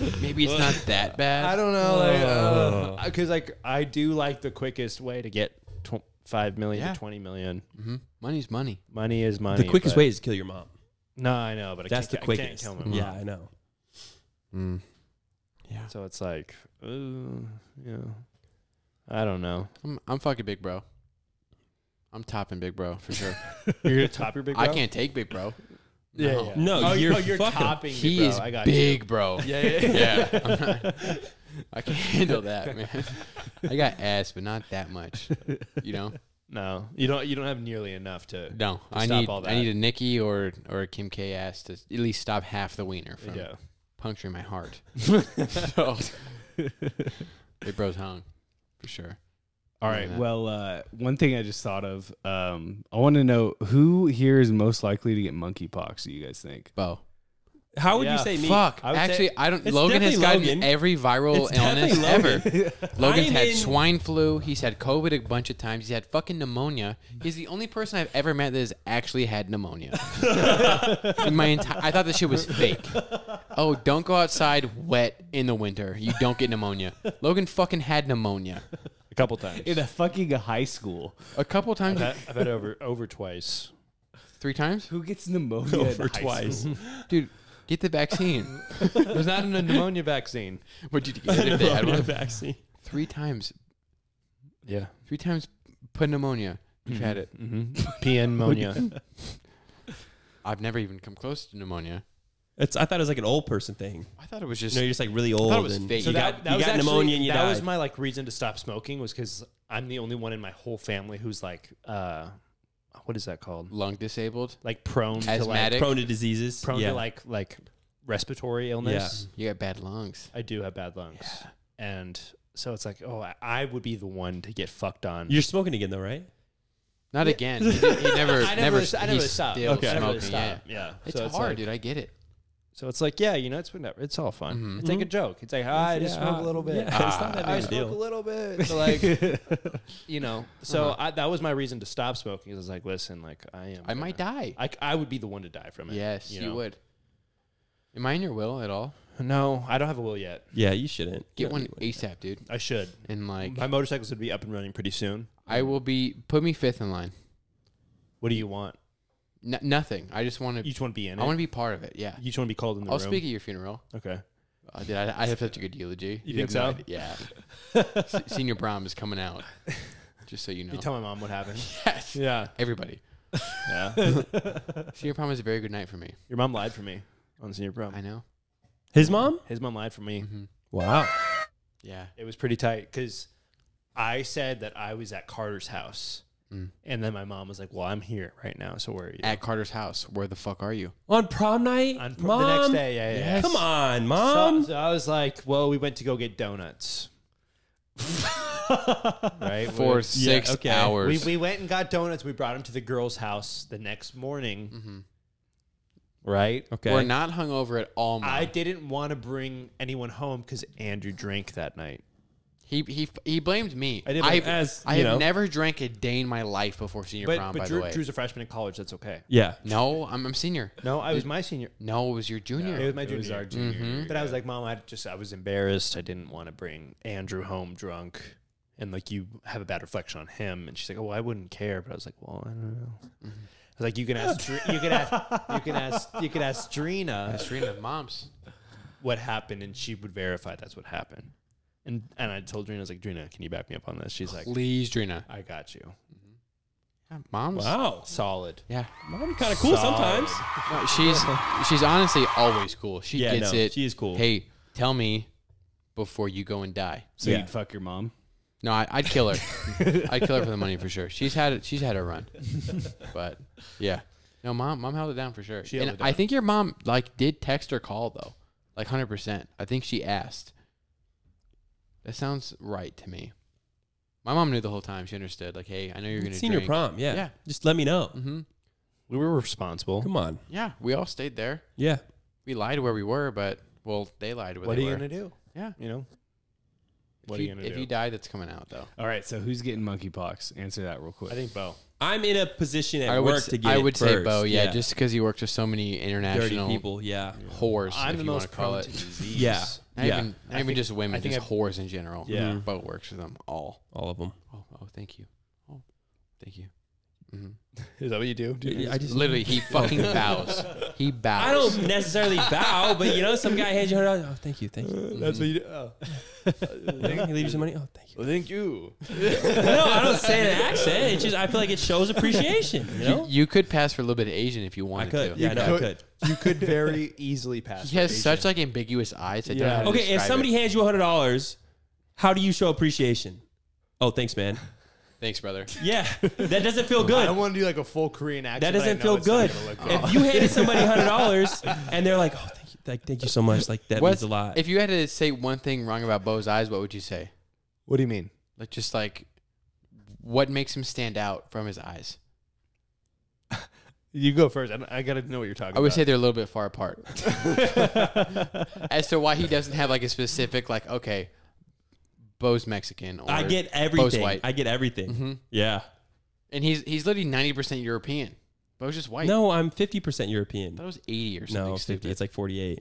Speaker 1: know.
Speaker 2: Maybe it's not that bad.
Speaker 1: I don't know. Like, oh. because like I do like the quickest way to get tw- five million
Speaker 2: Yeah.
Speaker 1: to twenty million.
Speaker 2: hmm Money's money.
Speaker 1: Money is money.
Speaker 4: the quickest
Speaker 1: but-
Speaker 4: way is to kill your mom.
Speaker 1: No, I know, but I
Speaker 4: That's the
Speaker 1: can't, I can't
Speaker 4: quickest.
Speaker 1: kill my mom.
Speaker 4: Yeah, I know.
Speaker 1: Mm. So it's like, ooh, you know, I don't know.
Speaker 2: I'm, I'm fucking big bro. I'm topping big bro for sure.
Speaker 1: You're gonna top your big.
Speaker 2: I
Speaker 1: bro?
Speaker 2: can't take big bro.
Speaker 1: Yeah,
Speaker 2: No.
Speaker 1: yeah.
Speaker 4: No,
Speaker 1: oh,
Speaker 4: you're
Speaker 1: oh, you're
Speaker 4: fucking-
Speaker 1: topping.
Speaker 2: He
Speaker 1: bro.
Speaker 2: is
Speaker 1: I got you.
Speaker 2: big bro.
Speaker 1: Yeah, yeah, yeah.
Speaker 2: yeah. I'm not, I can handle that, man. I got ass, but not that much. You know?
Speaker 1: No, you don't. You don't have nearly enough to.
Speaker 2: No, I
Speaker 1: stop
Speaker 2: need
Speaker 1: all
Speaker 2: I
Speaker 1: that.
Speaker 2: need a Nikki or or a Kim K ass to at least stop half the wiener from
Speaker 1: Yeah.
Speaker 2: puncturing my heart. so, big bro's hung for sure.
Speaker 5: All right.
Speaker 2: Yeah.
Speaker 5: Well, uh, one thing I just thought of, um, I want to know who here is most likely to get monkeypox. Do you guys think?
Speaker 2: Bo.
Speaker 4: How would you
Speaker 1: Yeah.
Speaker 4: say me?
Speaker 2: Fuck.
Speaker 1: I would say-
Speaker 2: Actually, I don't.
Speaker 4: It's
Speaker 2: Logan has
Speaker 4: definitely
Speaker 2: gotten
Speaker 4: Logan.
Speaker 2: every viral
Speaker 4: It's
Speaker 2: illness
Speaker 4: definitely
Speaker 2: ever. Logan's
Speaker 4: I'm
Speaker 2: had
Speaker 4: in-
Speaker 2: swine flu. He's had COVID a bunch of times. He's had fucking pneumonia. He's the only person I've ever met that has actually had pneumonia. in my entire, I thought this shit was fake. Oh, don't go outside wet in the winter. You don't get pneumonia. Logan fucking had pneumonia
Speaker 1: A couple times.
Speaker 5: In a fucking high school,
Speaker 2: a couple times,
Speaker 1: I've had over over twice.
Speaker 2: three times.
Speaker 5: who gets pneumonia over
Speaker 4: twice.
Speaker 2: Dude, get the vaccine.
Speaker 1: There's not a pneumonia vaccine.
Speaker 2: What did you get if they had
Speaker 4: Pneumonia
Speaker 2: one?
Speaker 4: vaccine.
Speaker 2: Three times.
Speaker 1: Yeah.
Speaker 2: Three times pneumonia. You've had it.
Speaker 1: Mm-hmm. Pneumonia.
Speaker 2: I've never even come close to pneumonia.
Speaker 4: It's, I thought it was like an old person thing.
Speaker 2: I thought it was
Speaker 4: You
Speaker 2: just
Speaker 4: know, you're just like really
Speaker 2: thought
Speaker 4: old.
Speaker 2: it was
Speaker 4: and
Speaker 2: fake. So
Speaker 4: You got, you got pneumonia and you
Speaker 1: that
Speaker 4: died.
Speaker 1: was my like reason to stop smoking was because I'm the only one in my whole family who's like, uh, what is that called?
Speaker 2: lung disabled.
Speaker 1: Like prone to like
Speaker 2: Asthmatic?
Speaker 4: prone to diseases.
Speaker 1: prone
Speaker 4: yeah.
Speaker 1: to like like respiratory illness.
Speaker 2: You got bad lungs.
Speaker 1: I do have bad lungs, and so it's like, oh, I, I would be the one to get fucked on.
Speaker 4: You're smoking again though, right?
Speaker 2: Not again. He, did- he never,
Speaker 1: I never,
Speaker 2: never,
Speaker 1: I
Speaker 2: he's
Speaker 1: never stopped.
Speaker 2: Still
Speaker 1: I never
Speaker 2: smoking.
Speaker 1: stopped.
Speaker 2: yeah.
Speaker 1: Yeah,
Speaker 2: It's
Speaker 1: So
Speaker 2: hard,
Speaker 1: like-
Speaker 2: dude. I get it.
Speaker 1: So it's like, yeah, you know, it's whatever. It's all fun.
Speaker 2: Mhm.
Speaker 1: It's like a joke. It's like, ah, I just
Speaker 4: Mm-hmm. Yeah,
Speaker 1: smoke a little bit.
Speaker 4: yeah, it's not
Speaker 2: Ah.
Speaker 4: that
Speaker 1: I
Speaker 4: big a
Speaker 1: smoke
Speaker 4: deal.
Speaker 1: a little bit. So like, you know, so
Speaker 4: Uh-huh.
Speaker 1: I, that was my reason to stop smoking. Is I was like, listen, like I am.
Speaker 2: I might
Speaker 1: gonna-
Speaker 2: die.
Speaker 1: I, c- I would be the one to die from it.
Speaker 2: yes, you,
Speaker 1: know?
Speaker 2: would. Am I in your will at all?
Speaker 1: No, I don't have a will yet.
Speaker 4: Yeah, you shouldn't.
Speaker 2: Get
Speaker 4: No,
Speaker 2: one
Speaker 4: you wouldn't.
Speaker 2: ASAP, dude.
Speaker 1: I should.
Speaker 2: And like,
Speaker 1: My motorcycles would be up and running pretty soon.
Speaker 2: I will be. Put me fifth in line.
Speaker 1: What do you want?
Speaker 2: N- nothing. I just want to.
Speaker 1: You just want to be in it.
Speaker 2: I want to be part of it. Yeah.
Speaker 1: you just want to be called in the
Speaker 2: I'll
Speaker 1: room.
Speaker 2: speak at your funeral.
Speaker 1: Okay.
Speaker 2: Uh, dude, I, I have such a good eulogy.
Speaker 1: You
Speaker 2: have
Speaker 1: think
Speaker 2: no
Speaker 1: so?
Speaker 2: idea. Yeah. Se- Senior prom is coming out. Just so you know.
Speaker 1: You tell my mom what happened.
Speaker 2: Yes.
Speaker 1: yeah.
Speaker 2: Everybody.
Speaker 1: Yeah.
Speaker 2: Senior prom was a very good night for me.
Speaker 1: your mom lied for me on senior prom.
Speaker 2: I know. Mm-hmm.
Speaker 4: His mom?
Speaker 1: His mom lied for me.
Speaker 4: Wow.
Speaker 2: Yeah.
Speaker 1: It was pretty tight because I said that I was at Carter's house,
Speaker 2: Mm.
Speaker 1: and then my mom was like, "Well, I'm here right now, so where are you?"
Speaker 2: At Carter's house. Where the fuck are you?
Speaker 4: On prom night?
Speaker 1: On pr-
Speaker 4: mom?
Speaker 1: the next day, yeah, yeah. yeah.
Speaker 4: Come on,
Speaker 1: So-
Speaker 4: mom.
Speaker 1: So, I was like, "Well, we went to go get donuts, right?" We-
Speaker 2: For six
Speaker 4: okay.
Speaker 1: we,
Speaker 2: hours.
Speaker 1: we went and got donuts. We brought them to the girl's house the next morning,
Speaker 2: Mhm.
Speaker 1: right?
Speaker 4: okay.
Speaker 2: We're not hungover at all. Mom.
Speaker 1: I didn't want to bring anyone home because Andrew drank that night.
Speaker 2: he he he blamed me.
Speaker 1: I did,
Speaker 2: I've,
Speaker 1: but
Speaker 4: as,
Speaker 2: I
Speaker 4: you
Speaker 2: have
Speaker 4: know.
Speaker 2: never drank a day in my life before senior
Speaker 1: But,
Speaker 2: prom.
Speaker 1: but
Speaker 2: by
Speaker 1: Drew,
Speaker 2: the way,
Speaker 1: Drew's a freshman in college. That's okay.
Speaker 4: yeah.
Speaker 2: no, I'm, I'm senior.
Speaker 1: No, I was my senior.
Speaker 2: No, it was your junior.
Speaker 1: It was my junior.
Speaker 5: was
Speaker 1: year.
Speaker 5: our junior year,
Speaker 1: But I was like, Mom, I just I was embarrassed. I didn't want to bring Andrew home drunk, and like you have a bad reflection on him. And she's like, Oh, I wouldn't care. But I was like, Well, I don't know. I was like, You can ask, Dr- you can ask, you can ask, you can ask Drina
Speaker 2: Serena, mom's.
Speaker 1: what happened, and she would verify that's what happened. And and I told Drina, I was like, Drina, can you back me up on this? She's like,
Speaker 2: Please, Drina.
Speaker 1: I got you.
Speaker 2: Yeah, Mom's.
Speaker 4: Wow.
Speaker 1: Solid.
Speaker 2: Yeah,
Speaker 4: Mom kind of cool
Speaker 1: Solid.
Speaker 4: sometimes.
Speaker 2: No, she's she's honestly always cool. She
Speaker 4: Yeah,
Speaker 2: gets
Speaker 4: no,
Speaker 2: it.
Speaker 4: she is cool.
Speaker 2: Hey, tell me before you go and die.
Speaker 5: So
Speaker 4: Yeah.
Speaker 5: you'd fuck your mom.
Speaker 2: No, I, I'd kill her. I'd kill her for the money for sure. She's had it. She's had her run, but yeah. No, mom, mom held it down for sure.
Speaker 1: She held
Speaker 2: and
Speaker 1: it
Speaker 2: I
Speaker 1: down.
Speaker 2: think your mom like did text or call though, like hundred percent. I think she asked, That sounds right to me. My mom knew the whole time. She understood. Like, hey, I know you're going to
Speaker 4: senior
Speaker 2: drink.
Speaker 4: prom. Yeah.
Speaker 2: Yeah.
Speaker 4: Just let me know.
Speaker 2: Mm-hmm.
Speaker 1: We were responsible.
Speaker 4: Come on.
Speaker 2: Yeah, we all stayed there.
Speaker 4: Yeah.
Speaker 2: We lied where we were, but well, they lied where
Speaker 1: What are
Speaker 2: they
Speaker 1: you
Speaker 2: were.
Speaker 1: gonna do?
Speaker 2: Yeah.
Speaker 1: You know.
Speaker 2: if
Speaker 1: What
Speaker 2: you,
Speaker 1: are you gonna
Speaker 2: if
Speaker 1: do?
Speaker 2: you die, that's coming out though.
Speaker 5: All right, so who's getting monkeypox? Answer that real quick.
Speaker 1: I think Bo.
Speaker 4: I'm in a position at
Speaker 2: I would,
Speaker 4: work
Speaker 2: s-
Speaker 4: to get.
Speaker 2: I
Speaker 4: it
Speaker 2: would say Bo,
Speaker 4: first.
Speaker 2: yeah, just because he worked with so many
Speaker 4: dirty
Speaker 2: international
Speaker 4: people. Yeah.
Speaker 2: whores.
Speaker 1: I'm
Speaker 2: if
Speaker 1: the
Speaker 2: you wanna
Speaker 1: most
Speaker 2: call
Speaker 1: prone
Speaker 2: it.
Speaker 1: to disease.
Speaker 4: Yeah.
Speaker 2: Not
Speaker 4: yeah. Mm-hmm.
Speaker 2: even, not
Speaker 1: I
Speaker 2: even
Speaker 1: think-
Speaker 2: just women,
Speaker 1: I think
Speaker 2: just whores in general.
Speaker 1: Yeah.
Speaker 2: Bo works with them all.
Speaker 4: All of them.
Speaker 2: Oh, oh thank you. Oh, thank you. hmm
Speaker 1: Is that what you do? do you
Speaker 4: I just.
Speaker 2: Literally, he fucking bows. He bows.
Speaker 4: I don't necessarily bow, but you know, some guy hands you a hundred dollars. Oh, thank you, thank you.
Speaker 1: That's what you do. Oh.
Speaker 4: Can I leave you some money? Oh, thank you.
Speaker 1: Well, thank you.
Speaker 4: No, I don't say it in an accent. It's just I feel like it shows appreciation. You
Speaker 2: You,
Speaker 4: know,
Speaker 2: you could pass for a little bit of Asian if you
Speaker 4: I
Speaker 2: wanted
Speaker 4: could.
Speaker 2: to.
Speaker 4: Yeah, I know I
Speaker 1: could.
Speaker 4: could.
Speaker 1: You could very easily pass.
Speaker 2: He
Speaker 1: for
Speaker 2: has
Speaker 1: Asian.
Speaker 2: such like ambiguous eyes. I don't know
Speaker 1: Yeah.
Speaker 2: how to
Speaker 4: Okay, if
Speaker 2: describe
Speaker 4: somebody
Speaker 2: it.
Speaker 4: hands you a hundred dollars, how do you show appreciation? Oh, thanks, man.
Speaker 2: thanks, brother.
Speaker 4: Yeah, that doesn't feel
Speaker 1: I don't
Speaker 4: good.
Speaker 1: want to do like a full Korean accent.
Speaker 4: That
Speaker 1: but I
Speaker 4: doesn't
Speaker 1: know
Speaker 4: feel
Speaker 1: it's not
Speaker 4: good.
Speaker 1: gonna look
Speaker 4: If you handed somebody a hundred dollars and they're like, "Oh, thank you, like, thank you so much," like that
Speaker 2: What's-
Speaker 4: means a lot.
Speaker 2: If you had to say one thing wrong about Bo's eyes, what would you say?
Speaker 1: What do you mean?
Speaker 2: Like just like what makes him stand out from his eyes?
Speaker 1: You go first. I, don't- I gotta know what you're talking.
Speaker 2: I would
Speaker 1: about.
Speaker 2: say they're a little bit far apart. As to why he doesn't have like a specific like okay, Bo's Mexican. Or,
Speaker 4: I get everything.
Speaker 2: white.
Speaker 4: I get everything.
Speaker 2: hmm
Speaker 4: Yeah.
Speaker 2: and he's he's literally ninety percent European. Bo's just white.
Speaker 4: No, I'm 50%
Speaker 2: I
Speaker 4: European.
Speaker 2: thought it was eighty or something.
Speaker 4: No, 50.
Speaker 2: stupid.
Speaker 4: It's like 48.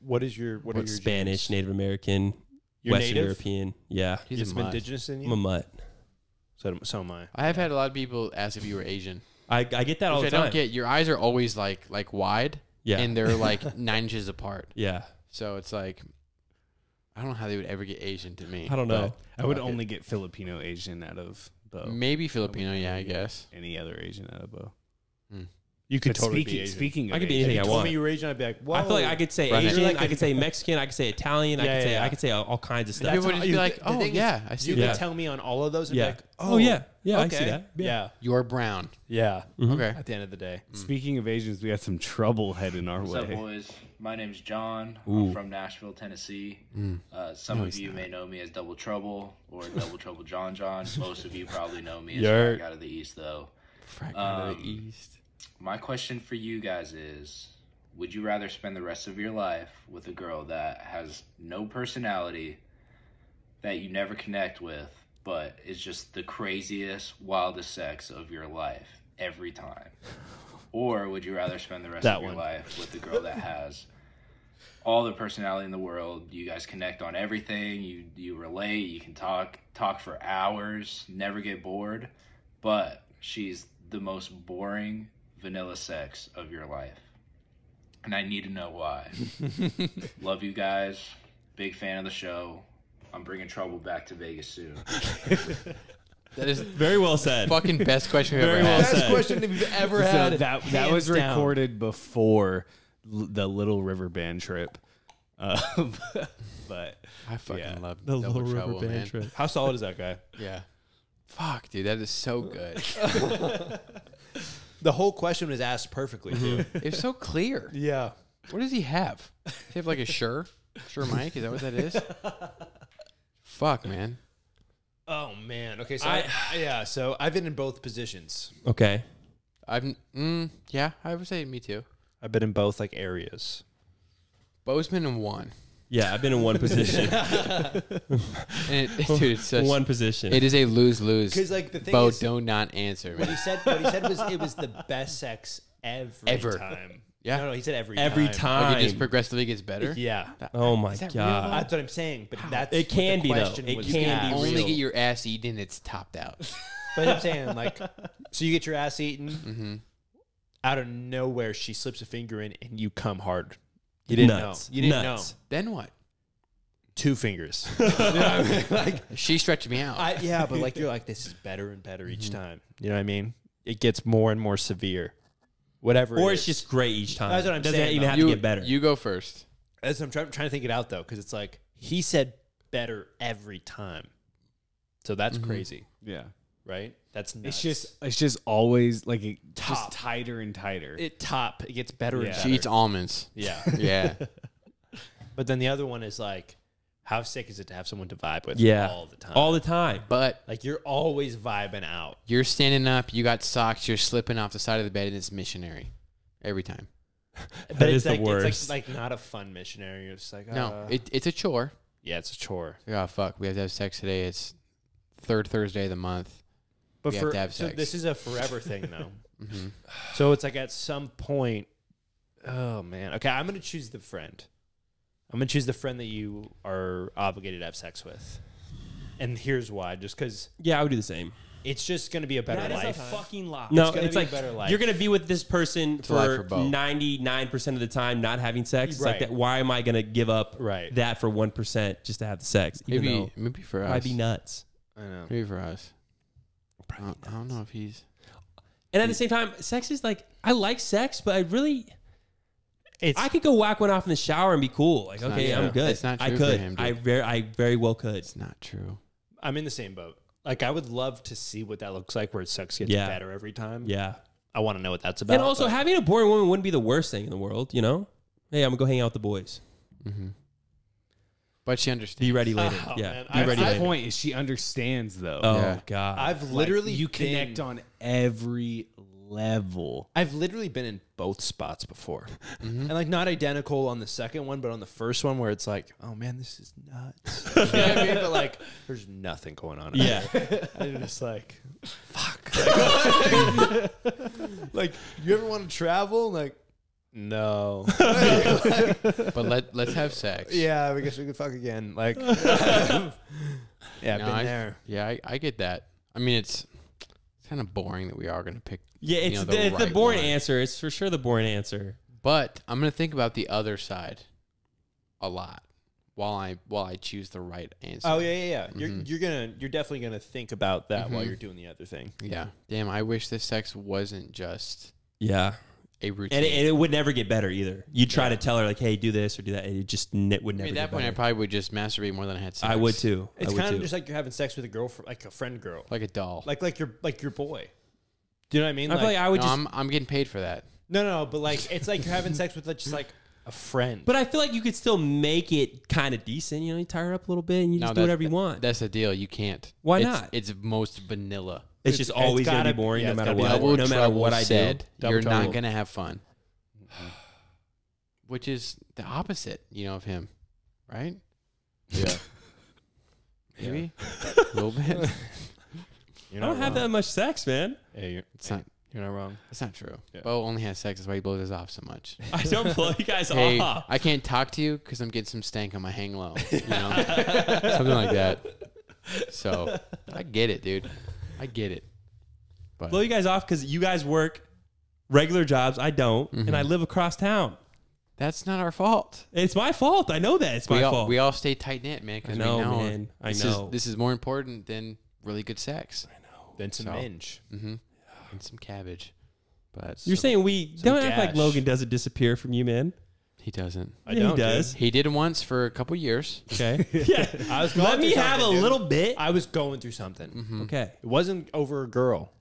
Speaker 1: What is your what are your
Speaker 4: What's Spanish, Native American,
Speaker 1: You're
Speaker 4: Western
Speaker 1: native?
Speaker 4: European. Yeah.
Speaker 2: He's
Speaker 1: It's
Speaker 2: a mutt.
Speaker 1: indigenous in
Speaker 4: I'm a
Speaker 1: you.
Speaker 4: mutt.
Speaker 1: So, so am I.
Speaker 2: I have had a lot of people ask if you were Asian,
Speaker 4: I, I get that all
Speaker 2: which
Speaker 4: the
Speaker 2: I
Speaker 4: time.
Speaker 2: don't get. Your eyes are always like like wide,
Speaker 4: yeah.
Speaker 2: and they're like nine inches apart.
Speaker 4: yeah.
Speaker 2: So it's like, I don't know how they would ever get Asian to me.
Speaker 4: I don't know.
Speaker 5: I would only get Filipino Asian out of Bo.
Speaker 2: Maybe Filipino, yeah, I guess.
Speaker 5: Any other Asian out of Bo.
Speaker 1: You
Speaker 5: But
Speaker 1: could totally
Speaker 5: speaking,
Speaker 1: be Asian.
Speaker 5: speaking of
Speaker 4: I could be
Speaker 5: Asian,
Speaker 1: If
Speaker 4: anything
Speaker 1: you
Speaker 4: I
Speaker 1: told
Speaker 4: want.
Speaker 1: me you were Asian, I'd be like, Whoa.
Speaker 4: I feel like I could say
Speaker 2: Right.
Speaker 4: Asian.
Speaker 1: You're like
Speaker 4: I
Speaker 1: a-
Speaker 4: could say Mexican. I could say Italian. I
Speaker 1: Yeah,
Speaker 4: could say
Speaker 1: yeah,
Speaker 4: I
Speaker 1: yeah.
Speaker 4: could say all, all kinds of stuff.
Speaker 2: People would just be
Speaker 1: you-
Speaker 2: like,
Speaker 1: the
Speaker 2: "Oh
Speaker 1: thing is,
Speaker 2: yeah, I see
Speaker 1: You
Speaker 4: Yeah.
Speaker 2: that.
Speaker 1: could tell me on all of those. And
Speaker 4: Yeah.
Speaker 1: Be like, oh,
Speaker 4: Oh, yeah. Yeah, I see
Speaker 1: okay.
Speaker 4: that. Yeah. Mm-hmm.
Speaker 1: Yeah.
Speaker 2: You're brown."
Speaker 1: Yeah.
Speaker 2: Okay.
Speaker 1: At the end of the day,
Speaker 5: speaking of Asians, we got some trouble heading our
Speaker 7: What's
Speaker 5: way.
Speaker 7: up, boys? My name's John. I'm from Nashville, Tennessee.
Speaker 2: Mm.
Speaker 7: Uh, some of you may know me as Double Trouble or Double Trouble John John. Most of you probably know me as
Speaker 1: Yurt.
Speaker 7: Frank out of the East, though.
Speaker 2: Frack out of the
Speaker 7: Um,
Speaker 2: east.
Speaker 7: My question for you guys is Would you rather spend the rest of your life with a girl that has no personality, that you never connect with, but is just the craziest, wildest sex of your life every time? Or would you rather spend the rest
Speaker 1: That
Speaker 7: of your
Speaker 1: one.
Speaker 7: life with a girl that has all the personality in the world? You guys connect on everything, you, you relate, you can talk, talk for hours, never get bored, but she's the most boring vanilla sex of your life. And I need to know why. Love you guys. Big fan of the show. I'm bringing trouble back to Vegas soon.
Speaker 2: That is
Speaker 4: Very well said.
Speaker 2: fucking best question we've ever
Speaker 4: well
Speaker 2: had.
Speaker 4: said. Best
Speaker 1: question that we've ever
Speaker 5: So that that was recorded before l- the Little River Band trip. Uh, but
Speaker 2: I fucking
Speaker 5: Yeah.
Speaker 2: love
Speaker 4: The
Speaker 2: Double
Speaker 4: Little
Speaker 2: Trouble,
Speaker 4: River
Speaker 2: man.
Speaker 4: Band trip.
Speaker 1: How solid is that guy?
Speaker 2: Yeah. Fuck, dude, that is so good.
Speaker 1: The whole question was asked perfectly too.
Speaker 2: it's so clear.
Speaker 1: yeah.
Speaker 2: What does he have? Does he have like a sure, sure Mike? Is that what that is? Fuck, man.
Speaker 1: Oh man. Okay. So
Speaker 4: I-
Speaker 1: I- yeah. So I've been in both positions.
Speaker 4: Okay.
Speaker 2: I've mm, yeah, I would say me too.
Speaker 1: I've been in both like areas.
Speaker 2: Bozeman and one.
Speaker 4: Yeah, I've been in one position.
Speaker 2: And it, dude, it's such,
Speaker 4: one position.
Speaker 2: It is a lose lose.
Speaker 1: 'Cause, like, the thing
Speaker 2: Bo,
Speaker 1: is-
Speaker 2: do not answer,
Speaker 1: What he
Speaker 2: man.
Speaker 1: said. What he said was it was the best sex every
Speaker 2: Ever.
Speaker 1: time.
Speaker 2: Yeah.
Speaker 1: No, no. He said every
Speaker 4: every
Speaker 1: time.
Speaker 2: Like,
Speaker 4: time.
Speaker 2: it just progressively gets better.
Speaker 1: Yeah.
Speaker 4: oh my
Speaker 2: Is that real?
Speaker 4: god.
Speaker 1: That's what I'm saying. But that's
Speaker 4: It
Speaker 1: what the
Speaker 4: can be, though.
Speaker 1: question
Speaker 4: It
Speaker 1: was
Speaker 4: can be
Speaker 1: asked.
Speaker 2: Only
Speaker 4: real.
Speaker 2: get your ass eaten. It's topped out.
Speaker 1: But I'm saying like, so you get your ass eaten. Out of nowhere, she slips a finger in, and you come hard. You didn't
Speaker 4: Nuts.
Speaker 1: know. You didn't
Speaker 4: Nuts.
Speaker 1: know.
Speaker 2: then what?
Speaker 1: Two fingers. You know what I mean? Like,
Speaker 2: She stretched me out.
Speaker 1: I, yeah, but like you're like this is better and better each time. Mm-hmm. You know what I mean? It gets more and more severe. Whatever.
Speaker 4: or
Speaker 1: it
Speaker 4: it's
Speaker 1: is.
Speaker 4: just great each time.
Speaker 1: That's what I'm
Speaker 4: Doesn't
Speaker 1: saying,
Speaker 4: even
Speaker 1: though.
Speaker 4: have
Speaker 2: you
Speaker 4: to get better.
Speaker 2: You go first.
Speaker 1: That's- I'm trying, trying to think it out though, because it's like he said better every time. So that's crazy,
Speaker 5: yeah,
Speaker 1: right? That's nuts.
Speaker 5: it's just it's just always like it
Speaker 1: Top.
Speaker 5: just tighter and tighter.
Speaker 1: it top. It gets better
Speaker 5: Yeah.
Speaker 1: and
Speaker 2: She
Speaker 1: better.
Speaker 2: eats almonds.
Speaker 1: yeah.
Speaker 2: Yeah.
Speaker 1: But then the other one is like, How sick is it to have someone to vibe with
Speaker 4: Yeah.
Speaker 1: all the time?
Speaker 4: All the time.
Speaker 2: But
Speaker 1: like you're always vibing out.
Speaker 2: you're standing up, you got socks, you're slipping off the side of the bed, and it's missionary every time.
Speaker 1: But
Speaker 4: That
Speaker 1: it's
Speaker 4: is the
Speaker 1: like, It's
Speaker 4: worst.
Speaker 1: like, like not a fun missionary. You're just like,
Speaker 2: no,
Speaker 1: uh,
Speaker 2: it, it's a chore.
Speaker 1: yeah, it's a chore.
Speaker 2: Oh fuck, we have to have sex today. It's third Thursday of the month.
Speaker 1: But
Speaker 2: We have
Speaker 1: for
Speaker 2: to have
Speaker 1: so
Speaker 2: sex.
Speaker 1: this is a forever thing though.
Speaker 2: hmm
Speaker 1: so it's like at some point, oh man. Okay, I'm gonna choose the friend. I'm gonna choose the friend that you are obligated to have sex with. And here's why: just because
Speaker 4: Yeah, I would do the same.
Speaker 1: it's just gonna be a better life.
Speaker 3: fucking lie.
Speaker 4: No,
Speaker 1: Ah, gonna
Speaker 4: it's,
Speaker 1: be a
Speaker 4: like
Speaker 1: better life.
Speaker 4: you're gonna be with this person
Speaker 2: a life for
Speaker 4: for
Speaker 2: both.
Speaker 4: ninety nine percent of the time, not having sex. It's like
Speaker 1: Right.
Speaker 4: that. Why am I gonna give up
Speaker 1: Right.
Speaker 4: that for one percent just to have the sex? Even
Speaker 2: Maybe
Speaker 4: though
Speaker 2: maybe for
Speaker 4: it
Speaker 2: us.
Speaker 4: might be nuts.
Speaker 1: I know.
Speaker 2: Maybe for us. I don't, I don't know if he's.
Speaker 4: And at the same time, sex is like I like sex, but I really
Speaker 1: It's
Speaker 4: I could go whack one off in the shower and be cool. Like,
Speaker 2: not
Speaker 4: okay,
Speaker 2: true.
Speaker 4: I'm good.
Speaker 2: It's not
Speaker 4: I
Speaker 2: true
Speaker 4: could.
Speaker 2: for him, dude.
Speaker 4: I very, I very well could.
Speaker 2: It's not true.
Speaker 1: I'm in the same boat. Like I would love to see what that looks like, where sex gets
Speaker 4: Yeah.
Speaker 1: better every time.
Speaker 4: Yeah.
Speaker 1: I want to know what that's about.
Speaker 4: And also,
Speaker 1: but-
Speaker 4: having a boring woman wouldn't be the worst thing in the world, you know? Hey, I'm gonna go hang out with the boys.
Speaker 2: hmm But she understands.
Speaker 4: Be ready later.
Speaker 1: Oh,
Speaker 4: yeah.
Speaker 1: man.
Speaker 4: Be
Speaker 1: I've-
Speaker 4: ready
Speaker 5: The
Speaker 1: I've-
Speaker 4: later.
Speaker 5: point is she understands though.
Speaker 4: oh
Speaker 2: Yeah.
Speaker 4: God.
Speaker 1: I've
Speaker 5: Like,
Speaker 1: literally
Speaker 5: you
Speaker 1: been-
Speaker 5: connect on every level. Mm-hmm.
Speaker 1: I've literally been in both spots before, and like not identical on the second one, but on the first one where it's like, oh man, this is nuts. You know what I mean? But like, there's nothing going on.
Speaker 4: yeah.
Speaker 1: I'm just like, fuck. like, you ever want to travel? Like, no.
Speaker 2: But let let's have sex.
Speaker 1: yeah, I guess we could fuck again. Like, yeah,
Speaker 2: No,
Speaker 1: I've been
Speaker 2: I-
Speaker 1: there.
Speaker 2: Yeah, I, I get that. I mean, it's it's kind of boring that we are gonna pick.
Speaker 4: Yeah,
Speaker 2: you
Speaker 4: it's
Speaker 2: know,
Speaker 4: the, it's the
Speaker 2: right
Speaker 4: boring
Speaker 2: one.
Speaker 4: answer. It's for sure the boring answer.
Speaker 2: But I'm gonna think about the other side a lot while I while I choose the right answer.
Speaker 1: Oh yeah, yeah, yeah. You're you're gonna you're definitely gonna think about that while
Speaker 2: Mhm.
Speaker 1: you're doing the other thing.
Speaker 2: Yeah. Damn, I wish this sex wasn't just
Speaker 4: Yeah.
Speaker 2: a routine.
Speaker 4: And it, and it would never get better either. You try to tell her like, "Hey, do this or do that," and it just ne-
Speaker 2: I
Speaker 4: would never.
Speaker 2: mean, at
Speaker 4: get
Speaker 2: that point, I
Speaker 4: better.
Speaker 2: probably would just masturbate more than I had sex.
Speaker 4: I, would too.
Speaker 1: It's
Speaker 4: I would
Speaker 1: kind
Speaker 4: too.
Speaker 1: of just like you're having sex with a girlfriend, like a friend girl,
Speaker 2: Like a doll.
Speaker 1: like like your like your boy. Do you know what I mean?
Speaker 4: I feel like I would
Speaker 2: no,
Speaker 4: just.
Speaker 2: I'm, I'm getting paid for that.
Speaker 1: no, no, no, but like it's like you're having sex with like, just like a friend.
Speaker 4: but I feel like you could still make it kind of decent. You know, you tie her up a little bit and you
Speaker 2: No,
Speaker 4: just do
Speaker 2: that's-
Speaker 4: whatever you want.
Speaker 2: That's the deal. You can't.
Speaker 4: Why
Speaker 2: It's-
Speaker 4: not?
Speaker 2: It's most vanilla.
Speaker 4: it's just always
Speaker 1: it's
Speaker 4: gonna
Speaker 1: gotta-
Speaker 4: be boring
Speaker 1: yeah,
Speaker 4: no
Speaker 1: it's
Speaker 4: matter
Speaker 1: gotta be
Speaker 4: what.
Speaker 1: double
Speaker 4: No matter
Speaker 2: trouble
Speaker 4: what I
Speaker 2: said,
Speaker 1: Double
Speaker 2: you're not
Speaker 1: trouble.
Speaker 2: gonna have fun. Which is the opposite, you know, of him, right?
Speaker 1: yeah,
Speaker 2: Maybe a little bit.
Speaker 4: do,
Speaker 1: you're
Speaker 4: I don't have that much sex, man.
Speaker 1: Yeah, you're,
Speaker 2: It's not.
Speaker 1: you're not wrong.
Speaker 2: That's not true.
Speaker 1: Yeah.
Speaker 2: Bo only has sex. That's why he blows us off so much.
Speaker 4: I don't blow you guys
Speaker 2: hey,
Speaker 4: off.
Speaker 2: I can't talk to you because I'm getting some stank on my hang low. You know? Something like that. So I get it, dude. I get it. But
Speaker 4: blow you guys off because you guys work regular jobs. I don't, and I live across town.
Speaker 2: that's not our fault.
Speaker 4: It's my fault. I know that. It's my
Speaker 2: we all,
Speaker 4: fault.
Speaker 2: We all stay tight knit, man. Because
Speaker 4: I know,
Speaker 2: we know
Speaker 4: man. I
Speaker 2: this
Speaker 4: know.
Speaker 2: Is, this is more important than really good sex
Speaker 1: Then some
Speaker 2: So-
Speaker 1: minge.
Speaker 2: and some cabbage. But
Speaker 4: You're saying we don't act like
Speaker 1: gash.
Speaker 4: Logan doesn't disappear from you, man.
Speaker 2: he doesn't.
Speaker 1: I
Speaker 4: Yeah, he
Speaker 1: don't. dude.
Speaker 4: does.
Speaker 2: He did once for a couple years.
Speaker 4: Okay. yeah.
Speaker 1: I was going
Speaker 4: Let me
Speaker 1: through
Speaker 4: have a
Speaker 1: something, dude.
Speaker 4: little bit.
Speaker 1: I was going through something.
Speaker 4: Okay.
Speaker 1: It wasn't over a girl.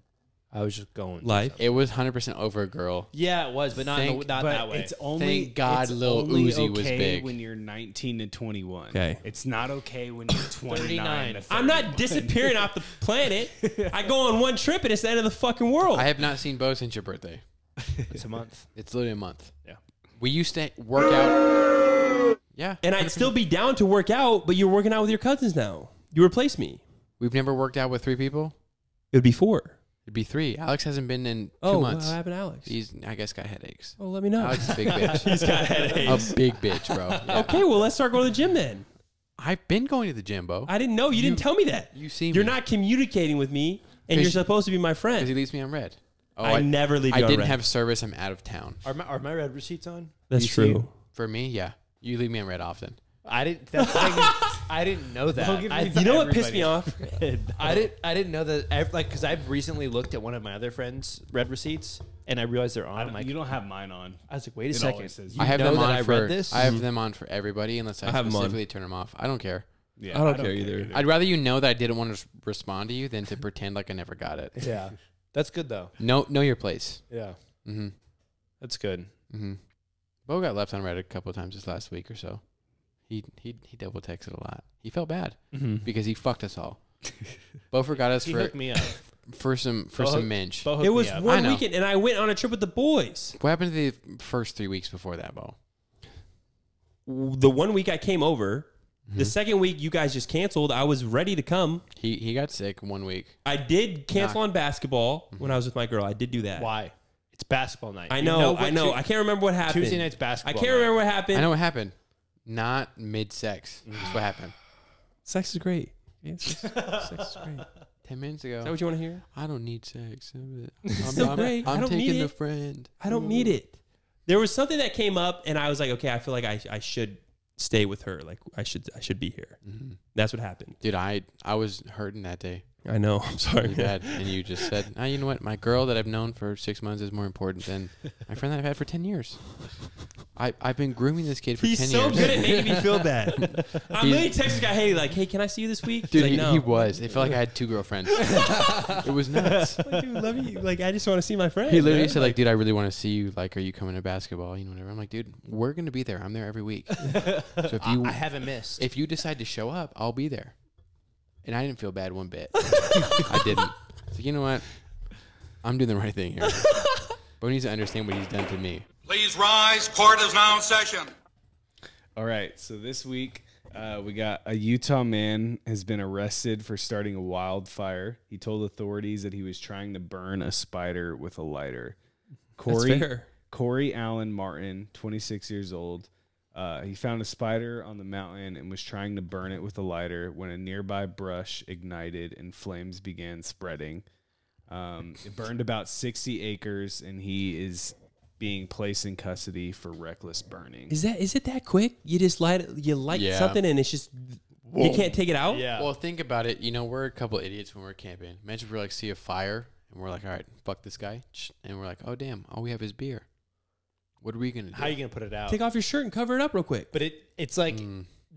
Speaker 1: I was just going. through
Speaker 4: Life.
Speaker 2: It was 100% over a girl.
Speaker 1: Yeah, it was, but not in
Speaker 2: Thank-
Speaker 1: the, not
Speaker 5: But
Speaker 1: that way.
Speaker 5: it's only
Speaker 2: Thank God
Speaker 5: it's
Speaker 2: Lil
Speaker 5: only
Speaker 2: Uzi was
Speaker 5: okay
Speaker 2: big.
Speaker 5: when you're 19 to 21.
Speaker 4: Okay.
Speaker 5: It's not okay when you're 29. to
Speaker 4: I'm not disappearing off the planet. I go on one trip and it's the end of the fucking world.
Speaker 2: I have not seen Bo since your birthday.
Speaker 1: It's a month.
Speaker 2: It's literally a month.
Speaker 1: Yeah.
Speaker 2: We used to work out. Yeah.
Speaker 4: and I'd still be down to work out, but you're working out with your cousins now. You replace me.
Speaker 2: We've never worked out with three people.
Speaker 4: It would be four.
Speaker 2: It'd be three. Alex hasn't been in two
Speaker 4: Oh, what
Speaker 2: months.
Speaker 4: happened, to Alex?
Speaker 2: He's, I guess, got headaches.
Speaker 4: Oh, let me know.
Speaker 2: Alex is a big bitch.
Speaker 4: He's got
Speaker 2: a
Speaker 4: headaches. Oh.
Speaker 2: big bitch, bro. Yeah.
Speaker 4: Okay, well, let's start going to the gym then.
Speaker 2: I've been going to the gym, Bo.
Speaker 4: I didn't know. You, didn't tell me that.
Speaker 2: you see
Speaker 4: You're
Speaker 2: me.
Speaker 4: not communicating with me,
Speaker 2: 'Cause
Speaker 4: and you're
Speaker 2: you-
Speaker 4: supposed to be my
Speaker 2: Because
Speaker 4: friend.
Speaker 2: he leaves me on red. Oh,
Speaker 4: I, never leave
Speaker 2: I
Speaker 4: you on
Speaker 2: didn't
Speaker 4: red.
Speaker 2: have service. I'm out of town.
Speaker 1: Are my are my red receipts on?
Speaker 4: That's
Speaker 1: You see-
Speaker 4: true.
Speaker 2: For me, yeah. You leave me on red often.
Speaker 1: I didn't. That's, I, I didn't know that. I,
Speaker 4: You know what pissed me off?
Speaker 1: I didn't. I didn't know that. I've, like, because I've recently looked at one of my other friends' red receipts, and I realized they're on. I'm like,
Speaker 5: you don't have mine on.
Speaker 1: I was like, wait a
Speaker 5: It
Speaker 1: second.
Speaker 5: always says-
Speaker 1: you
Speaker 2: I have
Speaker 1: know
Speaker 2: them
Speaker 1: that
Speaker 2: on
Speaker 1: I
Speaker 2: for
Speaker 1: read this. Mm-hmm.
Speaker 2: I have them on for everybody unless I,
Speaker 4: I have 'em on.
Speaker 2: specifically turn them off. I don't care.
Speaker 5: Yeah.
Speaker 4: I don't care either.
Speaker 2: I'd rather you know that I didn't want to s- respond to you than to pretend like I never got it.
Speaker 1: yeah, that's good though.
Speaker 2: Know know your place.
Speaker 1: Yeah,
Speaker 2: Mm-hmm.
Speaker 1: that's good.
Speaker 2: Mm-hmm. Bo got left on red a couple of times this last week or so. He he he double texted a lot. He felt bad because he fucked us all. Bofer got us
Speaker 1: Mm-hmm. He
Speaker 2: for
Speaker 1: hooked me up.
Speaker 2: for some for
Speaker 1: Bo-
Speaker 2: some mensch.
Speaker 1: Bo hooked
Speaker 4: It was
Speaker 1: me up.
Speaker 2: I
Speaker 4: one
Speaker 2: know.
Speaker 4: weekend, and I went on a trip with the boys.
Speaker 2: What happened to the first three weeks before that, Bo?
Speaker 4: The one week I came over, the second week you guys just canceled. I was ready to come.
Speaker 2: He he got sick one week.
Speaker 4: I did cancel on basketball when I was with my girl. I did do that.
Speaker 1: Why? It's basketball night.
Speaker 4: I
Speaker 1: You
Speaker 4: know,
Speaker 1: what
Speaker 4: I know.
Speaker 1: Tu-
Speaker 4: I can't remember what happened.
Speaker 1: Tuesday night's
Speaker 4: I
Speaker 1: basketball.
Speaker 4: can't remember what happened.
Speaker 2: I know what happened. Not mid sex. That's what happened.
Speaker 4: Sex is great. Yeah, sex, sex is great. Is
Speaker 2: Ten minutes
Speaker 4: that
Speaker 2: ago.
Speaker 4: what you want to hear?
Speaker 2: I don't need sex. I'm, I'm-
Speaker 4: so
Speaker 2: I'm-
Speaker 4: great. I
Speaker 2: I'm
Speaker 4: don't
Speaker 2: taking
Speaker 4: need
Speaker 2: the
Speaker 4: it.
Speaker 2: friend.
Speaker 4: I don't need it. There was something that came up, and I was like, okay, I feel like I, I should stay with her. Like I should I should be here. That's what happened.
Speaker 2: Dude, I I was hurting that day.
Speaker 4: I know. I'm sorry.
Speaker 2: pretty bad. And you just said, ah, you know what? My girl that I've known for six months is more important than my friend that I've had for 10 years. I, I've been grooming this kid for
Speaker 4: He's
Speaker 2: 10
Speaker 4: so
Speaker 2: years.
Speaker 4: good at making me feel bad. I'm
Speaker 2: He's-
Speaker 4: literally texting guy, hey, like, hey, can I see you this week? He's
Speaker 2: Dude,
Speaker 4: like,
Speaker 2: he,
Speaker 4: no.
Speaker 2: he was. It felt like I had two girlfriends. it was nuts.
Speaker 4: Like, dude, love you. Like, I just want to see my friend.
Speaker 2: He literally
Speaker 4: man.
Speaker 2: said, like, dude, I really want to see you. Like, are you coming to basketball? You know, whatever. I'm like, dude, we're going to be there. I'm there every week. So if you,
Speaker 1: I haven't missed.
Speaker 2: if you decide to show up, I'll be there. And I didn't feel bad one bit. I didn't. It's like, you know what? I'm doing the right thing here. Bo needs to understand what he's done to me.
Speaker 8: Please rise. Court is now in session.
Speaker 5: All right. So this week, uh, we got a Utah man has been arrested for starting a wildfire. He told authorities that he was trying to burn a spider with a lighter. Corey
Speaker 4: fair.
Speaker 5: Corey Allen Martin, 26 years old. Uh, he found a spider on the mountain and was trying to burn it with a lighter when a nearby brush ignited and flames began spreading. Um, it burned about 60 acres, and he is being placed in custody for reckless burning.
Speaker 4: Is that is it that quick? You just light you light
Speaker 2: Yeah.
Speaker 4: something and it's just you can't take it out.
Speaker 1: yeah.
Speaker 2: Well, think about it. You know, we're a couple idiots when we're camping. Imagine if we like see a fire and we're like, all right, fuck this guy. Ch- And we're like, oh, damn, all we have is beer. What are we going to do?
Speaker 1: How are you gonna put it out?
Speaker 4: Take off Hmm. your shirt and cover it up real quick.
Speaker 1: But it it's like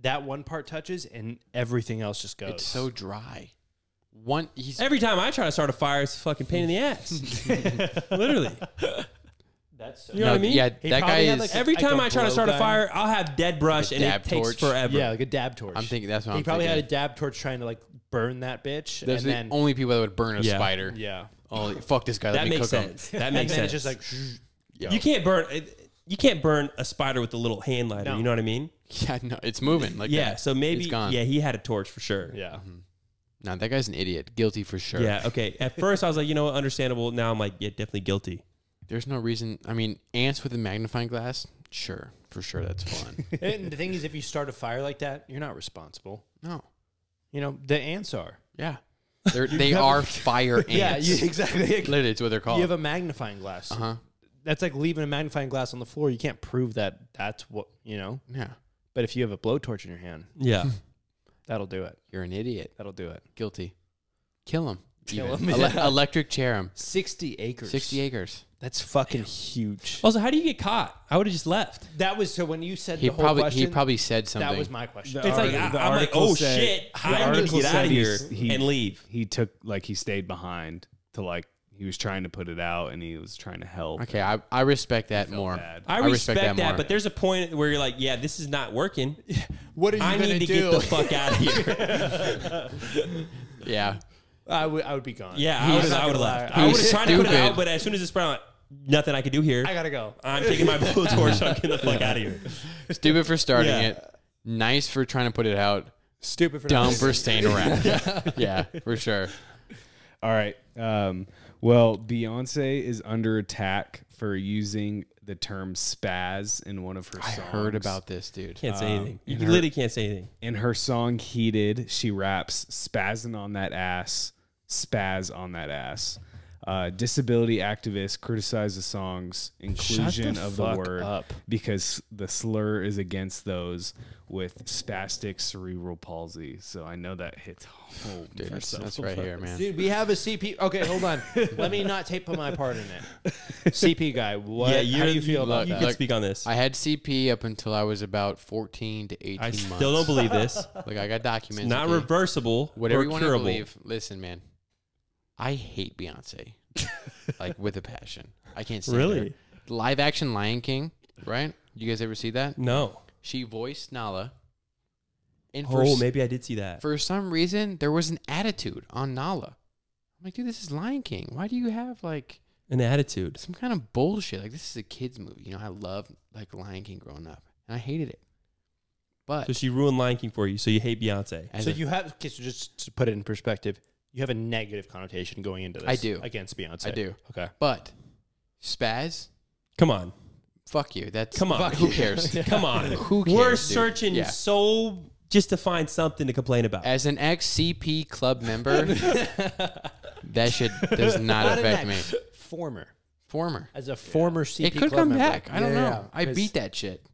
Speaker 1: that one part touches and everything else just goes.
Speaker 2: it's so dry. One, he's
Speaker 4: Every time I try to start a fire, it's a fucking pain in the ass. Literally,
Speaker 1: that's so
Speaker 4: you know what I mean?
Speaker 2: Yeah,
Speaker 1: He
Speaker 2: that guy
Speaker 1: probably had,
Speaker 2: is.
Speaker 1: like,
Speaker 4: Every
Speaker 1: I
Speaker 4: time
Speaker 1: go
Speaker 4: I try to
Speaker 1: blow
Speaker 4: start a
Speaker 1: guy.
Speaker 4: fire, I'll have dead brush
Speaker 2: a
Speaker 4: and it
Speaker 2: dab
Speaker 4: takes
Speaker 2: torch.
Speaker 4: forever.
Speaker 1: yeah, like a dab torch.
Speaker 2: I'm thinking that's what
Speaker 1: he
Speaker 2: I'm
Speaker 1: probably
Speaker 2: thinking.
Speaker 1: had a dab torch trying to like burn that bitch,
Speaker 2: Those
Speaker 1: and
Speaker 2: are
Speaker 1: then
Speaker 2: the only people that would burn a
Speaker 4: Yeah.
Speaker 2: spider.
Speaker 1: yeah,
Speaker 2: Oh, fuck this guy. Let
Speaker 4: that
Speaker 2: me
Speaker 4: makes
Speaker 2: cook him.
Speaker 4: sense. That
Speaker 1: and
Speaker 4: makes
Speaker 1: then
Speaker 4: sense.
Speaker 1: it's just like
Speaker 2: Yo.
Speaker 4: you can't burn. It, you can't burn a spider with a little hand lighter.
Speaker 1: No.
Speaker 4: You know what I mean?
Speaker 2: Yeah, no, it's moving. Like
Speaker 4: yeah.
Speaker 2: that.
Speaker 4: So maybe.
Speaker 2: It's gone.
Speaker 4: Yeah, he had a torch for sure.
Speaker 1: yeah.
Speaker 2: Mm-hmm. No, that guy's an idiot. Guilty for sure.
Speaker 4: Yeah. Okay. At first, I was like, you know, what, understandable. Now I'm like, yeah, definitely guilty.
Speaker 2: There's no reason. I mean, ants with a magnifying glass. Sure, for sure, that's fun.
Speaker 1: and the thing is, if you start a fire like that, you're not responsible.
Speaker 2: no,
Speaker 1: You know the ants are.
Speaker 2: yeah, They're, they are fire ants.
Speaker 1: Yeah, you, exactly.
Speaker 2: Literally, it's what they're called.
Speaker 1: You have a magnifying glass.
Speaker 2: uh huh.
Speaker 1: That's like leaving a magnifying glass on the floor. You can't prove that that's what you know.
Speaker 2: Yeah,
Speaker 1: But if you have a blowtorch in your hand,
Speaker 4: Yeah.
Speaker 1: that'll do it.
Speaker 2: you're an idiot.
Speaker 1: That'll do it.
Speaker 2: Guilty. Kill him.
Speaker 1: Kill
Speaker 2: even.
Speaker 1: him,
Speaker 2: Ele-
Speaker 1: yeah.
Speaker 2: electric chair him.
Speaker 1: Sixty acres.
Speaker 2: Sixty acres.
Speaker 1: That's fucking huge.
Speaker 4: also, how do you get caught? I would have just left.
Speaker 1: That was so when you said
Speaker 2: He
Speaker 1: the whole
Speaker 2: probably
Speaker 1: question.
Speaker 2: he probably said something.
Speaker 1: that was my question.
Speaker 5: The
Speaker 4: It's like,
Speaker 5: arti- the
Speaker 4: I, am like,
Speaker 5: article
Speaker 4: oh
Speaker 5: said-
Speaker 4: shit,
Speaker 5: the
Speaker 4: I'm gonna
Speaker 5: article
Speaker 4: get out
Speaker 5: said
Speaker 4: of here
Speaker 5: he's- he-
Speaker 4: and leave.
Speaker 5: He took like he stayed behind to like he was trying to put it out and he was trying to help.
Speaker 2: okay. I, I respect that more.
Speaker 5: bad.
Speaker 4: I respect, that,
Speaker 2: more.
Speaker 4: but there's a point where you're like, yeah, this is not working.
Speaker 1: What are you
Speaker 4: I
Speaker 1: gonna
Speaker 4: need to
Speaker 1: do?
Speaker 4: get the fuck out of here.
Speaker 2: yeah.
Speaker 1: I would I would be gone.
Speaker 4: yeah, I would, I would have left. I
Speaker 2: He
Speaker 4: would
Speaker 2: was
Speaker 4: have tried to put it
Speaker 2: stupid.
Speaker 4: out, but as soon as it spread, I'm like, nothing I could do here.
Speaker 1: I gotta go.
Speaker 4: I'm taking my blowtorch. I'm getting the fuck out of here.
Speaker 2: Stupid for starting
Speaker 4: Yeah.
Speaker 2: it. Nice for trying to put it out.
Speaker 1: Stupid for
Speaker 2: Dumb for staying around. yeah. for sure.
Speaker 5: All right. Um, well, Beyonce is under attack for using the term spaz in one of her
Speaker 2: I
Speaker 5: songs.
Speaker 2: heard about this, dude.
Speaker 4: Can't say
Speaker 1: Uh,
Speaker 4: anything. You literally can't say anything.
Speaker 5: in her song Heated, she raps spazzing on that ass, spaz on that ass. Uh, disability activists criticize the song's inclusion of the word because the slur is against those with spastic cerebral palsy. So I know that hits home.
Speaker 2: Dude,
Speaker 5: for
Speaker 2: that's,
Speaker 5: some
Speaker 2: that's right
Speaker 5: of
Speaker 2: here, man.
Speaker 1: Dude, we have a CP. Okay, hold on. Let me not take my part in it. CP guy, what?
Speaker 4: yeah,
Speaker 1: how do you feel about
Speaker 4: You
Speaker 1: that?
Speaker 4: can
Speaker 2: Like,
Speaker 4: speak on this.
Speaker 2: I
Speaker 4: I,
Speaker 2: had CP up until I was about 14 to 18 months.
Speaker 4: still don't believe this.
Speaker 2: Like, I got documents.
Speaker 4: not
Speaker 2: okay?
Speaker 4: reversible.
Speaker 2: Whatever
Speaker 4: or
Speaker 2: you want to
Speaker 4: curable.
Speaker 2: believe. Listen, man. I hate Beyonce. like, with a passion. I can't stand
Speaker 4: Really?
Speaker 2: her. Live action Lion King, right? You guys ever see that?
Speaker 4: No.
Speaker 2: She voiced Nala And for,
Speaker 4: Oh,
Speaker 2: s-
Speaker 4: maybe I did see that.
Speaker 2: for some reason, there was an attitude on Nala. I'm like, dude, this is Lion King. Why do you have like
Speaker 4: An attitude.
Speaker 2: some kind of bullshit? Like this is a kids movie. You know, I loved like Lion King growing up, and I hated it. But
Speaker 4: So she ruined Lion King for you. So you hate Beyonce.
Speaker 2: as
Speaker 1: so
Speaker 2: a-
Speaker 1: you have okay, so just to put it in perspective, you have a negative connotation going into this.
Speaker 2: I do.
Speaker 1: against Beyonce.
Speaker 2: I do.
Speaker 1: Okay.
Speaker 2: but Spaz,
Speaker 4: Come on,
Speaker 2: fuck you. That's
Speaker 4: Come on.
Speaker 2: Fuck, who cares?
Speaker 4: come on.
Speaker 2: Who
Speaker 4: We're
Speaker 2: cares, dude?
Speaker 4: searching
Speaker 2: Yeah.
Speaker 4: so just to find something to complain about.
Speaker 2: As an ex CP club member, that shit does not
Speaker 1: Not an
Speaker 2: affect me.
Speaker 1: ex, Former.
Speaker 2: Former.
Speaker 1: As a former CP
Speaker 2: It could
Speaker 1: club
Speaker 2: come
Speaker 1: member.
Speaker 2: back. I don't
Speaker 1: Yeah,
Speaker 2: know.
Speaker 1: yeah, yeah.
Speaker 2: I
Speaker 1: 'Cause
Speaker 2: beat that shit.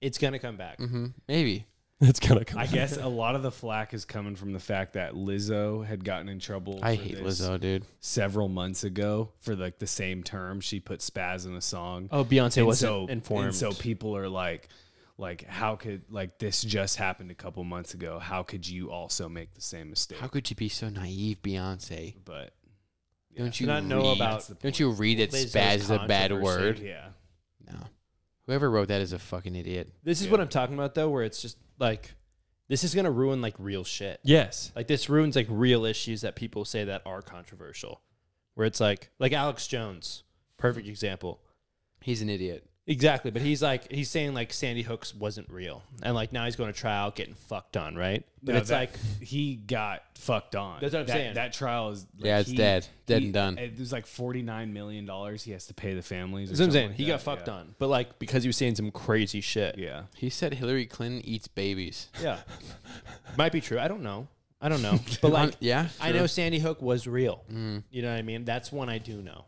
Speaker 1: It's gonna come back.
Speaker 2: hmm Maybe.
Speaker 4: It's gonna come.
Speaker 5: I guess a lot of the flack is coming from the fact that Lizzo had gotten in trouble.
Speaker 2: I
Speaker 5: for
Speaker 2: hate
Speaker 5: this
Speaker 2: Lizzo, dude.
Speaker 5: Several months ago, for like the same term, she put spaz in a song.
Speaker 1: Oh, Beyonce
Speaker 5: and
Speaker 1: wasn't
Speaker 5: so,
Speaker 1: informed.
Speaker 5: And so people are like, like, how could like this just happened a couple months ago? How could you also make the same mistake?
Speaker 2: How could you be so naive, Beyonce?
Speaker 5: but
Speaker 2: Don't you
Speaker 1: not know
Speaker 2: read-
Speaker 1: about
Speaker 2: Don't you read that
Speaker 1: Lizzo's
Speaker 2: spaz is a bad
Speaker 1: controversy.
Speaker 2: word?
Speaker 5: yeah,
Speaker 2: No. Whoever wrote that is a fucking idiot.
Speaker 1: This is what I'm talking about though, where it's just like this is gonna ruin like real shit.
Speaker 4: Yes.
Speaker 1: Like this ruins like real issues that people say that are controversial. Where it's like like Alex Jones, perfect example.
Speaker 2: He's an idiot.
Speaker 1: Exactly, but he's like he's saying like Sandy Hooks wasn't real, and like now he's going to trial, getting fucked on, right? But
Speaker 5: No,
Speaker 1: it's
Speaker 5: that-
Speaker 1: like
Speaker 5: he got fucked on.
Speaker 1: That's what I'm
Speaker 5: that,
Speaker 1: saying.
Speaker 5: That trial is like,
Speaker 2: Yeah, it's dead. Dead and done.
Speaker 5: It was like forty nine million dollars he has to pay the families. or
Speaker 1: that's what I'm
Speaker 5: something
Speaker 1: saying.
Speaker 5: like
Speaker 1: he got
Speaker 5: that.
Speaker 1: fucked
Speaker 5: Yeah.
Speaker 1: on, but like because he was saying some crazy shit.
Speaker 5: Yeah,
Speaker 2: He said Hillary Clinton eats babies.
Speaker 1: Yeah, might be true. I don't know. I don't know. But
Speaker 2: Um,
Speaker 1: like,
Speaker 2: yeah.
Speaker 1: I
Speaker 2: sure.
Speaker 1: know Sandy Hook was real.
Speaker 2: Mm-hmm.
Speaker 1: You know what I mean? That's one I do know.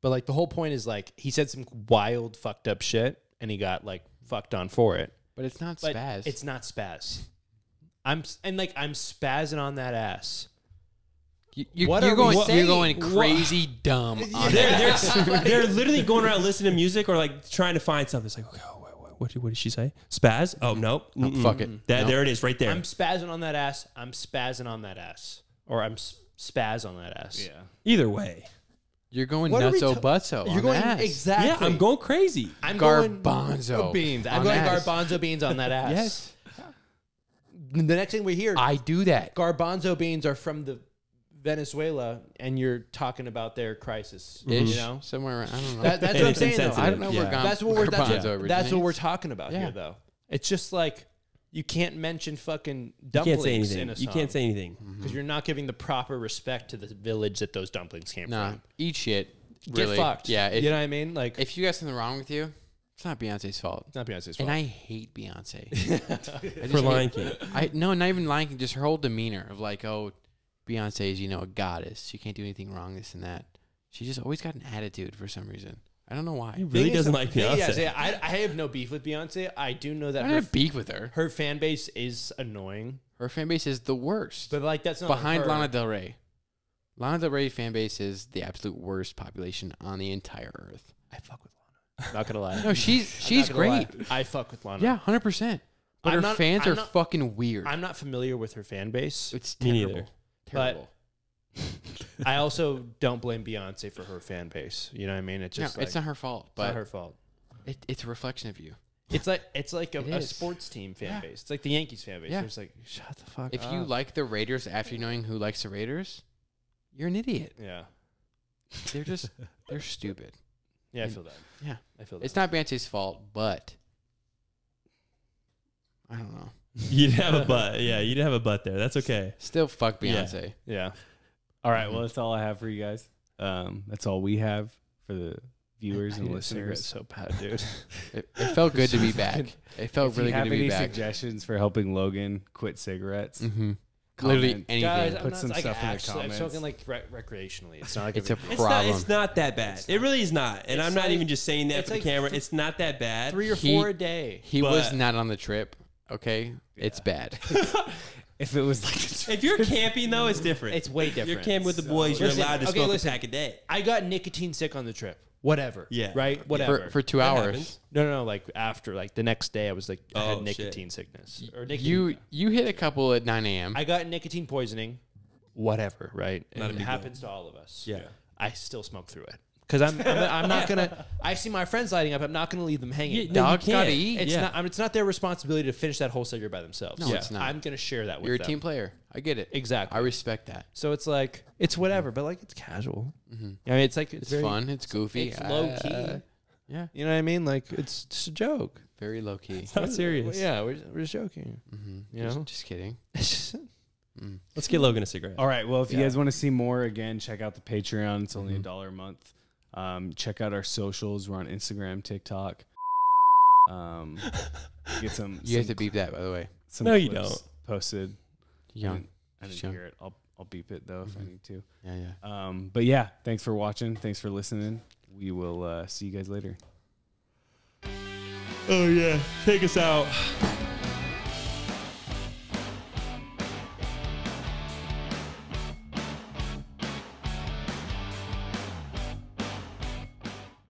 Speaker 1: But like the whole point is like he said some wild fucked up shit, and he got like fucked on for it.
Speaker 2: But it's not
Speaker 1: But
Speaker 2: spaz.
Speaker 1: It's not spaz. I'm s- and like I'm spazzing on that ass.
Speaker 2: You- You're,
Speaker 1: What
Speaker 2: you're
Speaker 1: are
Speaker 2: going,
Speaker 1: we
Speaker 2: you're
Speaker 1: saying?
Speaker 2: going
Speaker 1: What-
Speaker 2: crazy dumb on that.
Speaker 4: they're, they're, they're literally going around listening to music or like trying to find something. It's like, okay, oh, wait, wait, what, did- what did she say? Spaz?
Speaker 1: Mm-hmm.
Speaker 4: Oh, nope. Mm-mm.
Speaker 2: fuck it.
Speaker 4: That,
Speaker 2: Nope.
Speaker 4: There it is, right there.
Speaker 1: I'm spazzing on that ass. I'm spazzing on that ass. Or I'm s- spaz on that ass.
Speaker 5: yeah.
Speaker 4: Either way.
Speaker 2: You're going
Speaker 1: What are we
Speaker 2: nutso
Speaker 1: ta-
Speaker 2: butso.
Speaker 1: You're
Speaker 2: on
Speaker 1: going
Speaker 2: ass.
Speaker 1: exactly.
Speaker 4: Yeah, I'm going crazy.
Speaker 1: I'm
Speaker 2: garbanzo
Speaker 1: going beans. I'm
Speaker 2: on
Speaker 1: going
Speaker 2: ass.
Speaker 1: garbanzo beans on that ass.
Speaker 2: Yes.
Speaker 1: The next thing we hear,
Speaker 2: I do that.
Speaker 1: garbanzo beans are from the Venezuela, and you're talking about their crisis. You
Speaker 2: Ish,
Speaker 1: know.
Speaker 2: somewhere around, I don't know.
Speaker 1: That, that's
Speaker 4: And
Speaker 1: what I'm
Speaker 4: it's
Speaker 1: saying. Though.
Speaker 4: insensitive.
Speaker 2: I don't know where
Speaker 4: Yeah.
Speaker 2: gar-
Speaker 1: that's what we're
Speaker 2: garbanzo
Speaker 1: that's, that's what
Speaker 2: originates.
Speaker 1: we're talking about
Speaker 2: Yeah.
Speaker 1: here, though. It's just like you can't mention fucking
Speaker 4: You can't say
Speaker 1: dumplings in
Speaker 4: anything.
Speaker 1: a song. Mm-hmm.
Speaker 4: You can't say anything.
Speaker 1: because you're not giving the proper respect to the village that those dumplings came
Speaker 2: Nah,
Speaker 1: from.
Speaker 2: eat shit.
Speaker 1: Get
Speaker 2: Really.
Speaker 1: fucked.
Speaker 2: Yeah. If,
Speaker 1: you know what I mean? Like,
Speaker 2: if you got something wrong with you, it's not Beyonce's fault.
Speaker 1: not Beyonce's
Speaker 2: And
Speaker 1: fault.
Speaker 2: I hate Beyonce. I just
Speaker 4: For
Speaker 2: hate-
Speaker 4: Lion
Speaker 1: uh,
Speaker 4: King.
Speaker 2: I no, not even Lion King. Just her whole demeanor of like, oh, Beyonce is you know a goddess. She can't do anything wrong. This and that. She just always got an attitude for some reason. I don't know why.
Speaker 4: He really
Speaker 1: Thing is,
Speaker 4: doesn't like
Speaker 1: yeah,
Speaker 4: Beyonce.
Speaker 1: yeah, yeah, I, I have no beef with Beyonce. I do know
Speaker 2: I
Speaker 1: that
Speaker 2: don't
Speaker 1: her,
Speaker 2: have beef with her.
Speaker 1: her fan base is annoying,
Speaker 2: Her fan base is the worst.
Speaker 1: but like that's not
Speaker 2: behind
Speaker 1: her.
Speaker 2: Lana Del Rey. Lana Del Rey fan base is the absolute worst population on the entire earth.
Speaker 1: I fuck with Lana. Not gonna lie.
Speaker 2: No, she's
Speaker 1: I'm not
Speaker 2: she's
Speaker 1: gonna lie.
Speaker 2: great.
Speaker 1: I fuck with Lana.
Speaker 2: Yeah, hundred percent. But
Speaker 1: I'm
Speaker 2: her
Speaker 1: not-
Speaker 2: fans
Speaker 1: I'm
Speaker 2: are
Speaker 1: not-
Speaker 2: fucking weird.
Speaker 1: I'm not familiar with her fan base.
Speaker 2: it's
Speaker 4: Me neither.
Speaker 2: terrible.
Speaker 1: But-
Speaker 2: Terrible.
Speaker 1: I also don't blame Beyonce for her fan base. You know what I mean? It's
Speaker 2: No,
Speaker 1: just like,
Speaker 2: it's not her fault,
Speaker 1: it's not
Speaker 2: but
Speaker 1: her fault.
Speaker 2: it, it's a reflection of you.
Speaker 1: It's like it's like a,
Speaker 2: It
Speaker 1: a
Speaker 2: is.
Speaker 1: sports team fan
Speaker 2: Yeah.
Speaker 1: base. It's like the Yankees fan base.
Speaker 2: Yeah.
Speaker 1: It's like shut the fuck
Speaker 2: If
Speaker 1: up.
Speaker 2: you like the Raiders after knowing who likes the Raiders, you're an idiot.
Speaker 1: yeah,
Speaker 2: They're just they're stupid.
Speaker 1: yeah, I feel that.
Speaker 2: Yeah.
Speaker 1: I feel that.
Speaker 2: It's not Beyonce's fault, but I don't know.
Speaker 4: You'd have a butt. Yeah, you'd have a butt there. That's okay.
Speaker 2: Still fuck
Speaker 4: Yeah.
Speaker 2: Beyonce.
Speaker 1: yeah.
Speaker 5: All
Speaker 2: Mm-hmm.
Speaker 5: right. Well, that's all I have for you guys. Um, that's all we have for the viewers and listeners.
Speaker 1: so bad, dude.
Speaker 2: It, it felt good to be back. It felt
Speaker 5: If you
Speaker 2: really good
Speaker 5: have
Speaker 2: to be
Speaker 5: any
Speaker 2: back.
Speaker 5: suggestions for helping Logan quit cigarettes,
Speaker 2: Mm-hmm.
Speaker 5: Comment.
Speaker 2: Literally anything.
Speaker 1: Guys, I'm
Speaker 5: Put
Speaker 1: not
Speaker 5: some
Speaker 1: like
Speaker 5: stuff in the
Speaker 1: actually-
Speaker 5: comments.
Speaker 1: I'm talking like rec- recreationally. It's not like
Speaker 2: it's a
Speaker 4: It's not,
Speaker 2: problem.
Speaker 4: it's not that bad. It really is not. And
Speaker 1: It's
Speaker 4: I'm not
Speaker 1: like-
Speaker 4: even just saying that
Speaker 1: it's
Speaker 4: for the
Speaker 1: like
Speaker 4: camera.
Speaker 1: th-
Speaker 4: it's not that bad.
Speaker 1: three or
Speaker 2: He-
Speaker 1: four a day.
Speaker 2: he was
Speaker 4: but-
Speaker 2: not on the trip. Okay, it's bad.
Speaker 5: if it was like
Speaker 4: if you're camping, though, it's different.
Speaker 1: It's way
Speaker 4: If
Speaker 1: different.
Speaker 4: you're camping with the boys, you're
Speaker 1: Listen,
Speaker 4: allowed to
Speaker 1: okay,
Speaker 4: smoke
Speaker 1: listen.
Speaker 4: a pack a day.
Speaker 1: I got nicotine sick on the trip. Whatever.
Speaker 4: Yeah.
Speaker 1: Right. Whatever.
Speaker 2: for for two
Speaker 4: That
Speaker 2: hours.
Speaker 4: happens.
Speaker 1: no, no, no. Like after, like the next day, I was like, I
Speaker 4: Oh,
Speaker 1: had
Speaker 4: shit.
Speaker 1: nicotine sickness or nicotine.
Speaker 2: You you hit a couple at 9 a.m.
Speaker 1: I got nicotine poisoning. Whatever. Right.
Speaker 4: Not a
Speaker 1: it
Speaker 4: big
Speaker 1: happens to all of us.
Speaker 4: Yeah.
Speaker 1: I still smoke through it. because I'm, I'm I'm not gonna. I see my friends lighting up. I'm not gonna leave them hanging.
Speaker 4: Yeah, no,
Speaker 2: Dogs gotta
Speaker 4: can't.
Speaker 2: eat.
Speaker 1: It's
Speaker 4: yeah.
Speaker 1: not. I'm, it's not their responsibility to finish that whole cigarette by themselves.
Speaker 2: No, it's not.
Speaker 1: I'm gonna share that with
Speaker 2: You're a
Speaker 1: them.
Speaker 2: team player. I get it.
Speaker 1: Exactly.
Speaker 2: I respect that. Mm-hmm.
Speaker 1: So it's like it's whatever, but like it's casual. I mean, it's like it's,
Speaker 2: It's
Speaker 1: very,
Speaker 2: fun. It's goofy.
Speaker 1: It's low
Speaker 2: uh,
Speaker 1: key.
Speaker 2: yeah.
Speaker 1: You know what I mean? Like it's just a joke.
Speaker 2: Very low key.
Speaker 4: Not serious.
Speaker 1: Yeah, we're just, we're just joking.
Speaker 2: Mm-hmm.
Speaker 1: You
Speaker 2: just,
Speaker 1: know?
Speaker 2: just kidding. Mm.
Speaker 4: Let's get Logan a cigarette.
Speaker 5: All right. Well, if you guys want to see more, again, check out the Patreon. It's
Speaker 2: Mm-hmm.
Speaker 5: only a dollar a month. Um, check out our socials. We're on Instagram, TikTok. Um, get some.
Speaker 2: You have
Speaker 5: some-
Speaker 2: to beep that, by the way.
Speaker 5: some
Speaker 4: No, you
Speaker 5: clips
Speaker 4: don't.
Speaker 5: Posted. I
Speaker 2: Young.
Speaker 5: didn't, I didn't
Speaker 2: Young.
Speaker 5: hear it. I'll I'll beep it though
Speaker 2: Mm-hmm.
Speaker 5: if I need to.
Speaker 2: Yeah, yeah.
Speaker 5: Um, but yeah, thanks for watching. Thanks for listening. We will uh, see you guys later.
Speaker 4: Oh yeah, take us out.